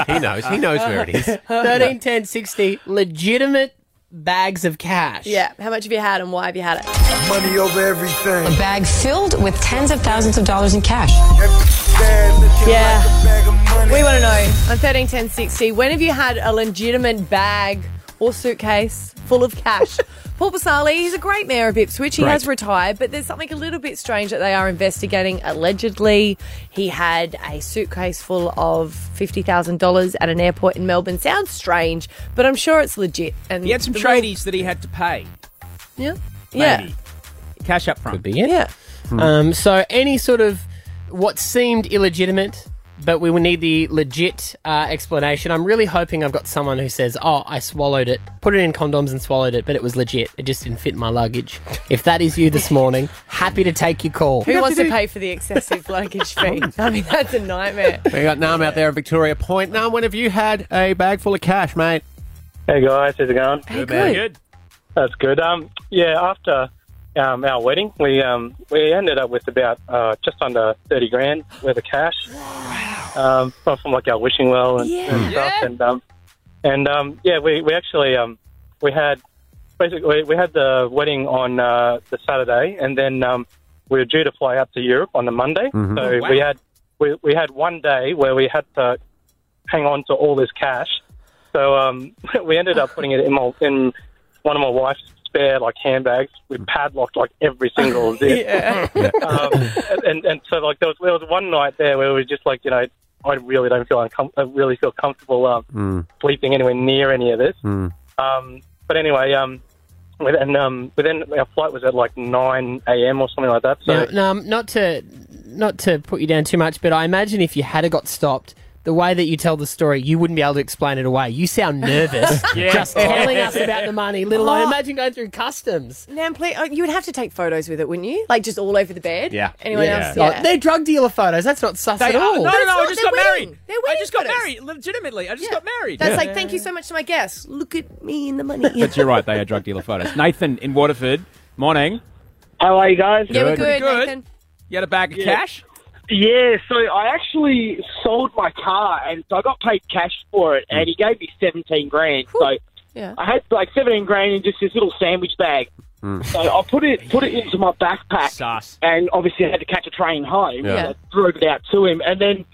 Speaker 6: he knows. He knows where it is.
Speaker 3: 13, 10, 60, legitimate bags of cash.
Speaker 5: Yeah. How much have you had and why have you had it?
Speaker 16: Money over everything. A
Speaker 5: bag filled with tens of thousands of dollars in cash.
Speaker 16: Yeah.
Speaker 5: We want to know on 131060, when have you had a legitimate bag or suitcase full of cash? Paul Basali, he's a great mayor of Ipswich. He
Speaker 2: Great.
Speaker 5: has retired, but there's something a little bit strange that they are investigating. Allegedly, he had a suitcase full of $50,000 at an airport in Melbourne. Sounds strange, but I'm sure it's legit. And
Speaker 9: He had some
Speaker 5: the real-
Speaker 9: tradies that he had to pay.
Speaker 5: Yeah.
Speaker 9: Maybe. Cash up front.
Speaker 3: Could be it. Yeah. Um, so any sort of what seemed illegitimate, but we will need the legit uh, explanation. I'm really hoping I've got someone who says, "Oh, I swallowed it, put it in condoms and swallowed it, but it was legit. It just didn't fit in my luggage." If that is you this morning, happy to take your call.
Speaker 5: Who wants to pay for the excessive luggage fee? I mean, that's a nightmare.
Speaker 6: We got Nam out there in Victoria Point. Nam, when have you had a bag full of cash, mate?
Speaker 17: Hey guys, how's it going?
Speaker 5: Hey, Good, man.
Speaker 6: good.
Speaker 17: That's good. Um, yeah, after um, our wedding, we um, we ended up with about uh, just under thirty grand worth of cash, um, from, from like our wishing well and, and stuff, and um, and um, yeah, we, we actually um, we had basically we had the wedding on uh, the Saturday, and then um, we were due to fly out to Europe on the Monday,
Speaker 18: Mhm.
Speaker 17: so
Speaker 18: Oh, wow.
Speaker 17: we had we, we had one day where we had to hang on to all this cash. So um, we ended up putting it in my, in one of my wife's spare like handbags. We padlocked like every single zip. um, and, and, and so like there was, there was one night there where we were just like you know I really don't feel uncom- I really feel comfortable um,
Speaker 6: Mm.
Speaker 17: sleeping anywhere near any of this.
Speaker 6: Mm.
Speaker 17: Um, but anyway, um, with, and um, but then our flight was at like nine a.m. or something like that. So
Speaker 3: Now, now, um, not to not to put you down too much, but I imagine if you had got stopped, the way that you tell the story, you wouldn't be able to explain it away. You sound nervous
Speaker 1: Yeah.
Speaker 3: just telling us about the money, let alone
Speaker 5: Oh.
Speaker 3: imagine going through customs.
Speaker 5: Nam, please, oh, you would have to take photos with it, wouldn't you? Like just all over the bed. Anyone else?
Speaker 3: Oh, they're drug dealer photos. That's not sus
Speaker 5: They
Speaker 3: at
Speaker 5: are-
Speaker 3: all.
Speaker 5: no, no,
Speaker 9: no, I just got married.
Speaker 5: They're
Speaker 9: I
Speaker 5: wedding
Speaker 9: just got
Speaker 5: photos.
Speaker 9: married. Legitimately, I just got married.
Speaker 5: That's like, thank you so much to my guests. Look at me and the money.
Speaker 9: But you're right, they are drug dealer photos. Nathan in Waterford. Morning.
Speaker 19: How are you guys?
Speaker 5: Yeah, we're good, Nathan.
Speaker 9: You had a bag of
Speaker 19: Yeah.
Speaker 9: cash?
Speaker 19: Yeah, so I actually sold my car, and so I got paid cash for it, and he gave me seventeen grand. So
Speaker 5: Yeah.
Speaker 19: I had like seventeen grand in just this little sandwich bag.
Speaker 10: Mm.
Speaker 19: So I put it put it into my backpack, and obviously I had to catch a train home.
Speaker 20: Yeah.
Speaker 19: So I drove it out to him, and then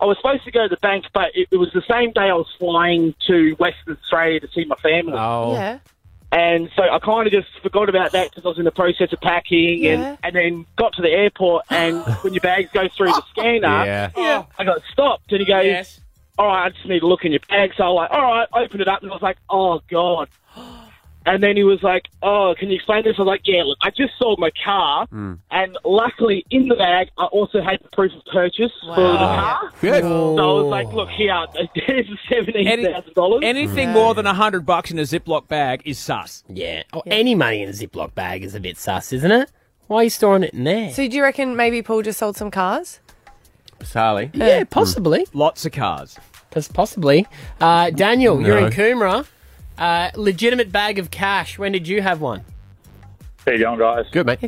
Speaker 19: I was supposed to go to the bank, but it, it was the same day I was flying to Western Australia to see my family.
Speaker 6: Oh,
Speaker 5: yeah.
Speaker 19: And so I kind of just forgot about that because I was in the process of packing
Speaker 5: Yeah.
Speaker 19: and, and then got to the airport. And when your bags go through the scanner,
Speaker 6: Yeah.
Speaker 19: oh, I got stopped. And he goes,
Speaker 9: Yes.
Speaker 19: All right, I just need to look in your bag. So I was like, All right, open it up. And I was like, Oh, God. And then he was like, Oh, can you explain this? I was like, Yeah, look, I just sold my car. And luckily, in the bag, I also had the proof of purchase for the car.
Speaker 9: Good.
Speaker 19: So I was like, Look, here, there's $17,000.
Speaker 9: Anything more than a hundred bucks in a Ziploc bag is sus.
Speaker 3: Yeah. Oh, Or any money in a Ziploc bag is a bit sus, isn't it? Why are you storing it in there?
Speaker 5: So do you reckon maybe Paul just sold some cars?
Speaker 9: Sally.
Speaker 3: yeah, possibly.
Speaker 9: Lots of cars.
Speaker 3: Pos- possibly. Uh, Daniel, you're
Speaker 9: No.
Speaker 3: in Coomera. Uh, legitimate bag of cash. When did you have one?
Speaker 21: How you going, guys?
Speaker 6: Good, mate.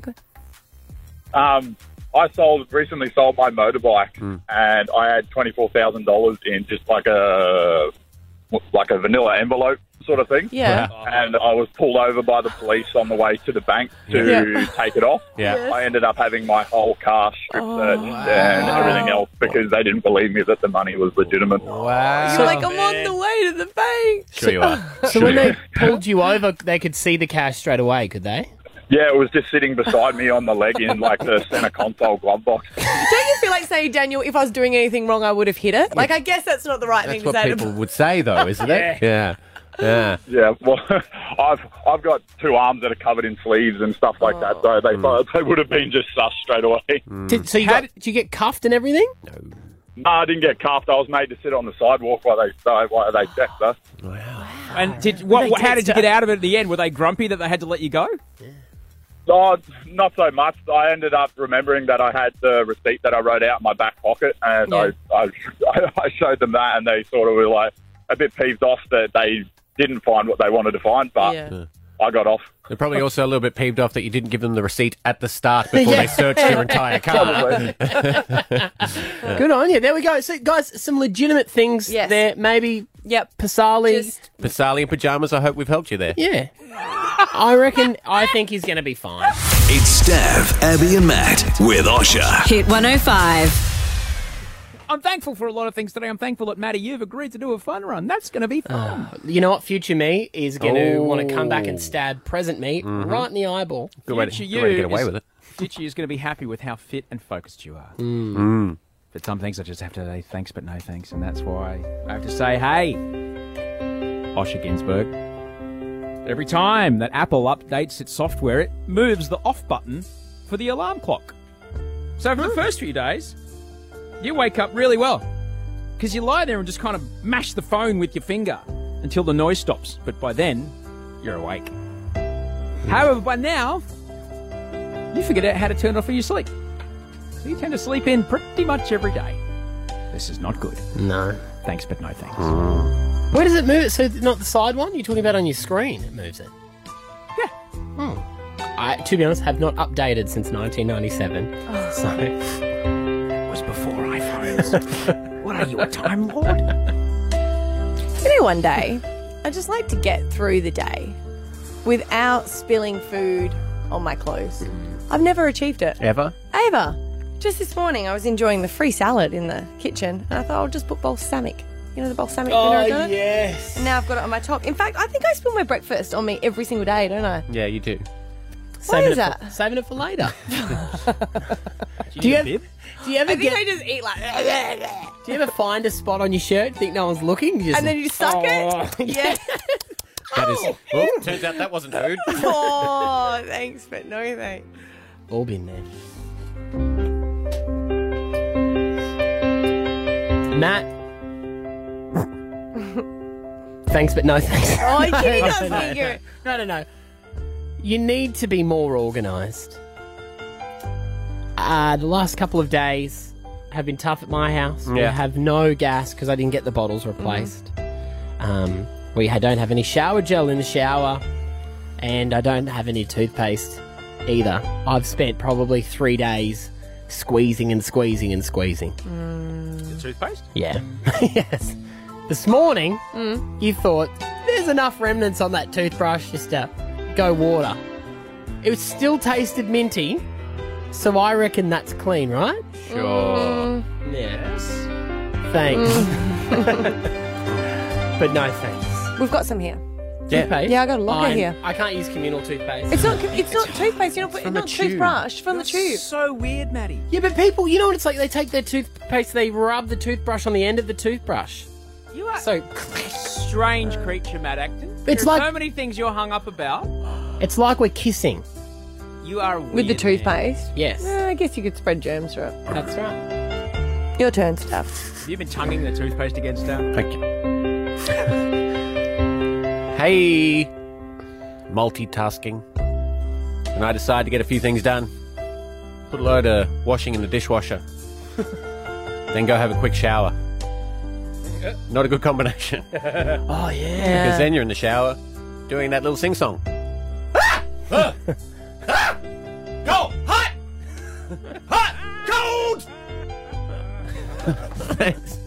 Speaker 21: Um, I sold recently sold my motorbike, and I had twenty four thousand dollars in just like a like a vanilla envelope sort of thing.
Speaker 5: Yeah.
Speaker 21: And I was pulled over by the police on the way to the bank to
Speaker 5: Yeah.
Speaker 21: take it off.
Speaker 5: Yeah. Yes. Oh,
Speaker 21: I ended up having my whole car strip searched and everything else because they didn't believe me that the money was legitimate. Wow.
Speaker 5: You're like, I'm on the way to the bank.
Speaker 21: Sure you are.
Speaker 3: So when they pulled you over, they could see the cash straight away, could they?
Speaker 21: Yeah, it was just sitting beside me on the leg in like the center console glove box.
Speaker 5: Don't you feel like saying, Daniel, if I was doing anything wrong, I would have hit it? Like, I guess that's not the right
Speaker 6: That's
Speaker 5: thing to
Speaker 6: what
Speaker 5: say.
Speaker 6: people would say, though, isn't it? Yeah. Yeah.
Speaker 21: Yeah, well, I've I've got two arms that are covered in sleeves and stuff like that, so they they would have been just sus straight away.
Speaker 3: Did, so you got, did you get cuffed and everything?
Speaker 21: No, I didn't get cuffed. I was made to sit on the sidewalk while they while they checked us.
Speaker 9: And did what,
Speaker 21: They
Speaker 9: what- how did you
Speaker 21: text
Speaker 9: get out of it at the end? Were they grumpy that they had to let you go?
Speaker 21: Oh, not so much. I ended up remembering that I had the receipt that I wrote out in my back pocket, and I, I, I showed them that, and they sort of were like a bit peeved off that they didn't find what they wanted to find, but
Speaker 6: Yeah.
Speaker 21: I got off.
Speaker 6: They're probably also a little bit peeved off that you didn't give them the receipt at the start before
Speaker 3: Yeah.
Speaker 6: they searched your entire car.
Speaker 3: Good on you. There we go. So, guys, some legitimate things there. Maybe yep. Pasali.
Speaker 6: Pasali in pajamas. I hope we've helped you there.
Speaker 3: yeah. I reckon, I think he's going to be fine.
Speaker 7: It's Stav, Abby, and Matt with Osha.
Speaker 8: Hit 105.
Speaker 9: I'm thankful for a lot of things today. I'm thankful that Maddie, you've agreed to do a fun run. That's going to
Speaker 3: Ah.
Speaker 9: be fun.
Speaker 3: Oh, You know what? Future me is going to
Speaker 9: Oh.
Speaker 3: want to come back and stab present me
Speaker 9: Mhm.
Speaker 3: right in the eyeball.
Speaker 9: Future you is- Future you's going to be happy with how fit and focused you are.
Speaker 6: Mm.
Speaker 9: But some things I just have to say thanks, but no thanks, and that's why I have to say, hey, Osher Ginsburg. Every time that Apple updates its software, it moves the off button for the alarm clock. So for the first few days, you wake up really well because you lie there and just kind of mash the phone with your finger until the noise stops. But by then, you're awake. However, by now, you figured out how to turn it off in your sleep. So you tend to sleep in pretty much every day. This is not good.
Speaker 3: No.
Speaker 9: Thanks, but no thanks. Mm.
Speaker 3: Where does it move? it? So not the side one you're talking about on your screen. It moves it. Yeah. I, to be honest, have not updated since 1997. So Ah. it
Speaker 9: was before iPhones. what are you, a time lord?
Speaker 5: You know, one day, I just like to get through the day without spilling food on my clothes. I've never achieved it.
Speaker 6: Ever?
Speaker 5: Ever. Just this morning, I was enjoying the free salad in the kitchen, and I thought I'll just put balsamic. You know the balsamic
Speaker 3: Oh,
Speaker 5: vinegar I got?
Speaker 3: yes.
Speaker 5: And now I've got it on my top. In fact, I think I spill my breakfast on me every single day, don't I?
Speaker 6: Yeah, you do.
Speaker 5: Why
Speaker 3: Saving
Speaker 5: is
Speaker 3: it for-
Speaker 5: that?
Speaker 3: saving it for later. do you have, Do you ever
Speaker 5: I think
Speaker 3: get-
Speaker 5: I just eat like.
Speaker 3: Do you ever find a spot on your shirt, think no one's looking, you just-
Speaker 5: And then you suck
Speaker 3: Oh.
Speaker 5: it? Yeah.
Speaker 6: That is. Well, turns out that wasn't food.
Speaker 5: oh, thanks, but no thanks.
Speaker 3: All been there. Matt. thanks, but no thanks.
Speaker 5: Oh, you kidding us,
Speaker 3: No, no,
Speaker 5: Meager.
Speaker 3: No, no, no. You need to be more organised. Uh, the last couple of days have been tough at my house. We
Speaker 6: Yeah.
Speaker 3: have no gas because I didn't get the bottles replaced. Um, we ha- don't have any shower gel in the shower, and I don't have any toothpaste either. I've spent probably three days squeezing and squeezing and squeezing.
Speaker 9: The toothpaste?
Speaker 3: Yeah. yes. This morning,
Speaker 5: Mm.
Speaker 3: you thought there's enough remnants on that toothbrush just to go water. It still tasted minty, so I reckon that's clean, right?
Speaker 6: Sure.
Speaker 3: Yes. Thanks.
Speaker 5: Mm.
Speaker 3: but no thanks.
Speaker 5: We've got some here.
Speaker 3: Yeah.
Speaker 5: Yeah, I got a locker
Speaker 3: Fine.
Speaker 5: here.
Speaker 3: I can't use communal toothpaste.
Speaker 5: It's not. It's not toothpaste. You're not. It's
Speaker 3: from a
Speaker 5: not
Speaker 3: tube.
Speaker 5: toothbrush from the tube.
Speaker 9: So weird, Maddie.
Speaker 3: Yeah, but people, you know what it's like? They take their toothpaste, they rub the toothbrush on the end of the toothbrush.
Speaker 9: You are
Speaker 3: so
Speaker 9: strange creature, Matt Acton.
Speaker 3: It's
Speaker 9: There are
Speaker 3: like-
Speaker 9: so many things you're hung up about.
Speaker 3: It's like we're kissing.
Speaker 9: You are weird,
Speaker 5: With the
Speaker 9: man.
Speaker 5: toothpaste.
Speaker 3: Yes.
Speaker 5: Yeah, I guess you could spread germs through it.
Speaker 3: That's right.
Speaker 5: Your turn, stuff.
Speaker 9: Have you been tonguing the toothpaste against her?
Speaker 6: Thank you. Hey, multitasking. And I decide to get a few things done. Put a load of washing in the dishwasher. then go have a quick shower. Not a good combination. oh,
Speaker 3: yeah.
Speaker 6: Because then you're in the shower doing that little sing song. Go! Hot! Hot! Cold! thanks.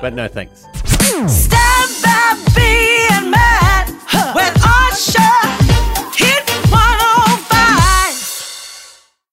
Speaker 6: But no thanks.
Speaker 1: Stand by being mad when Usher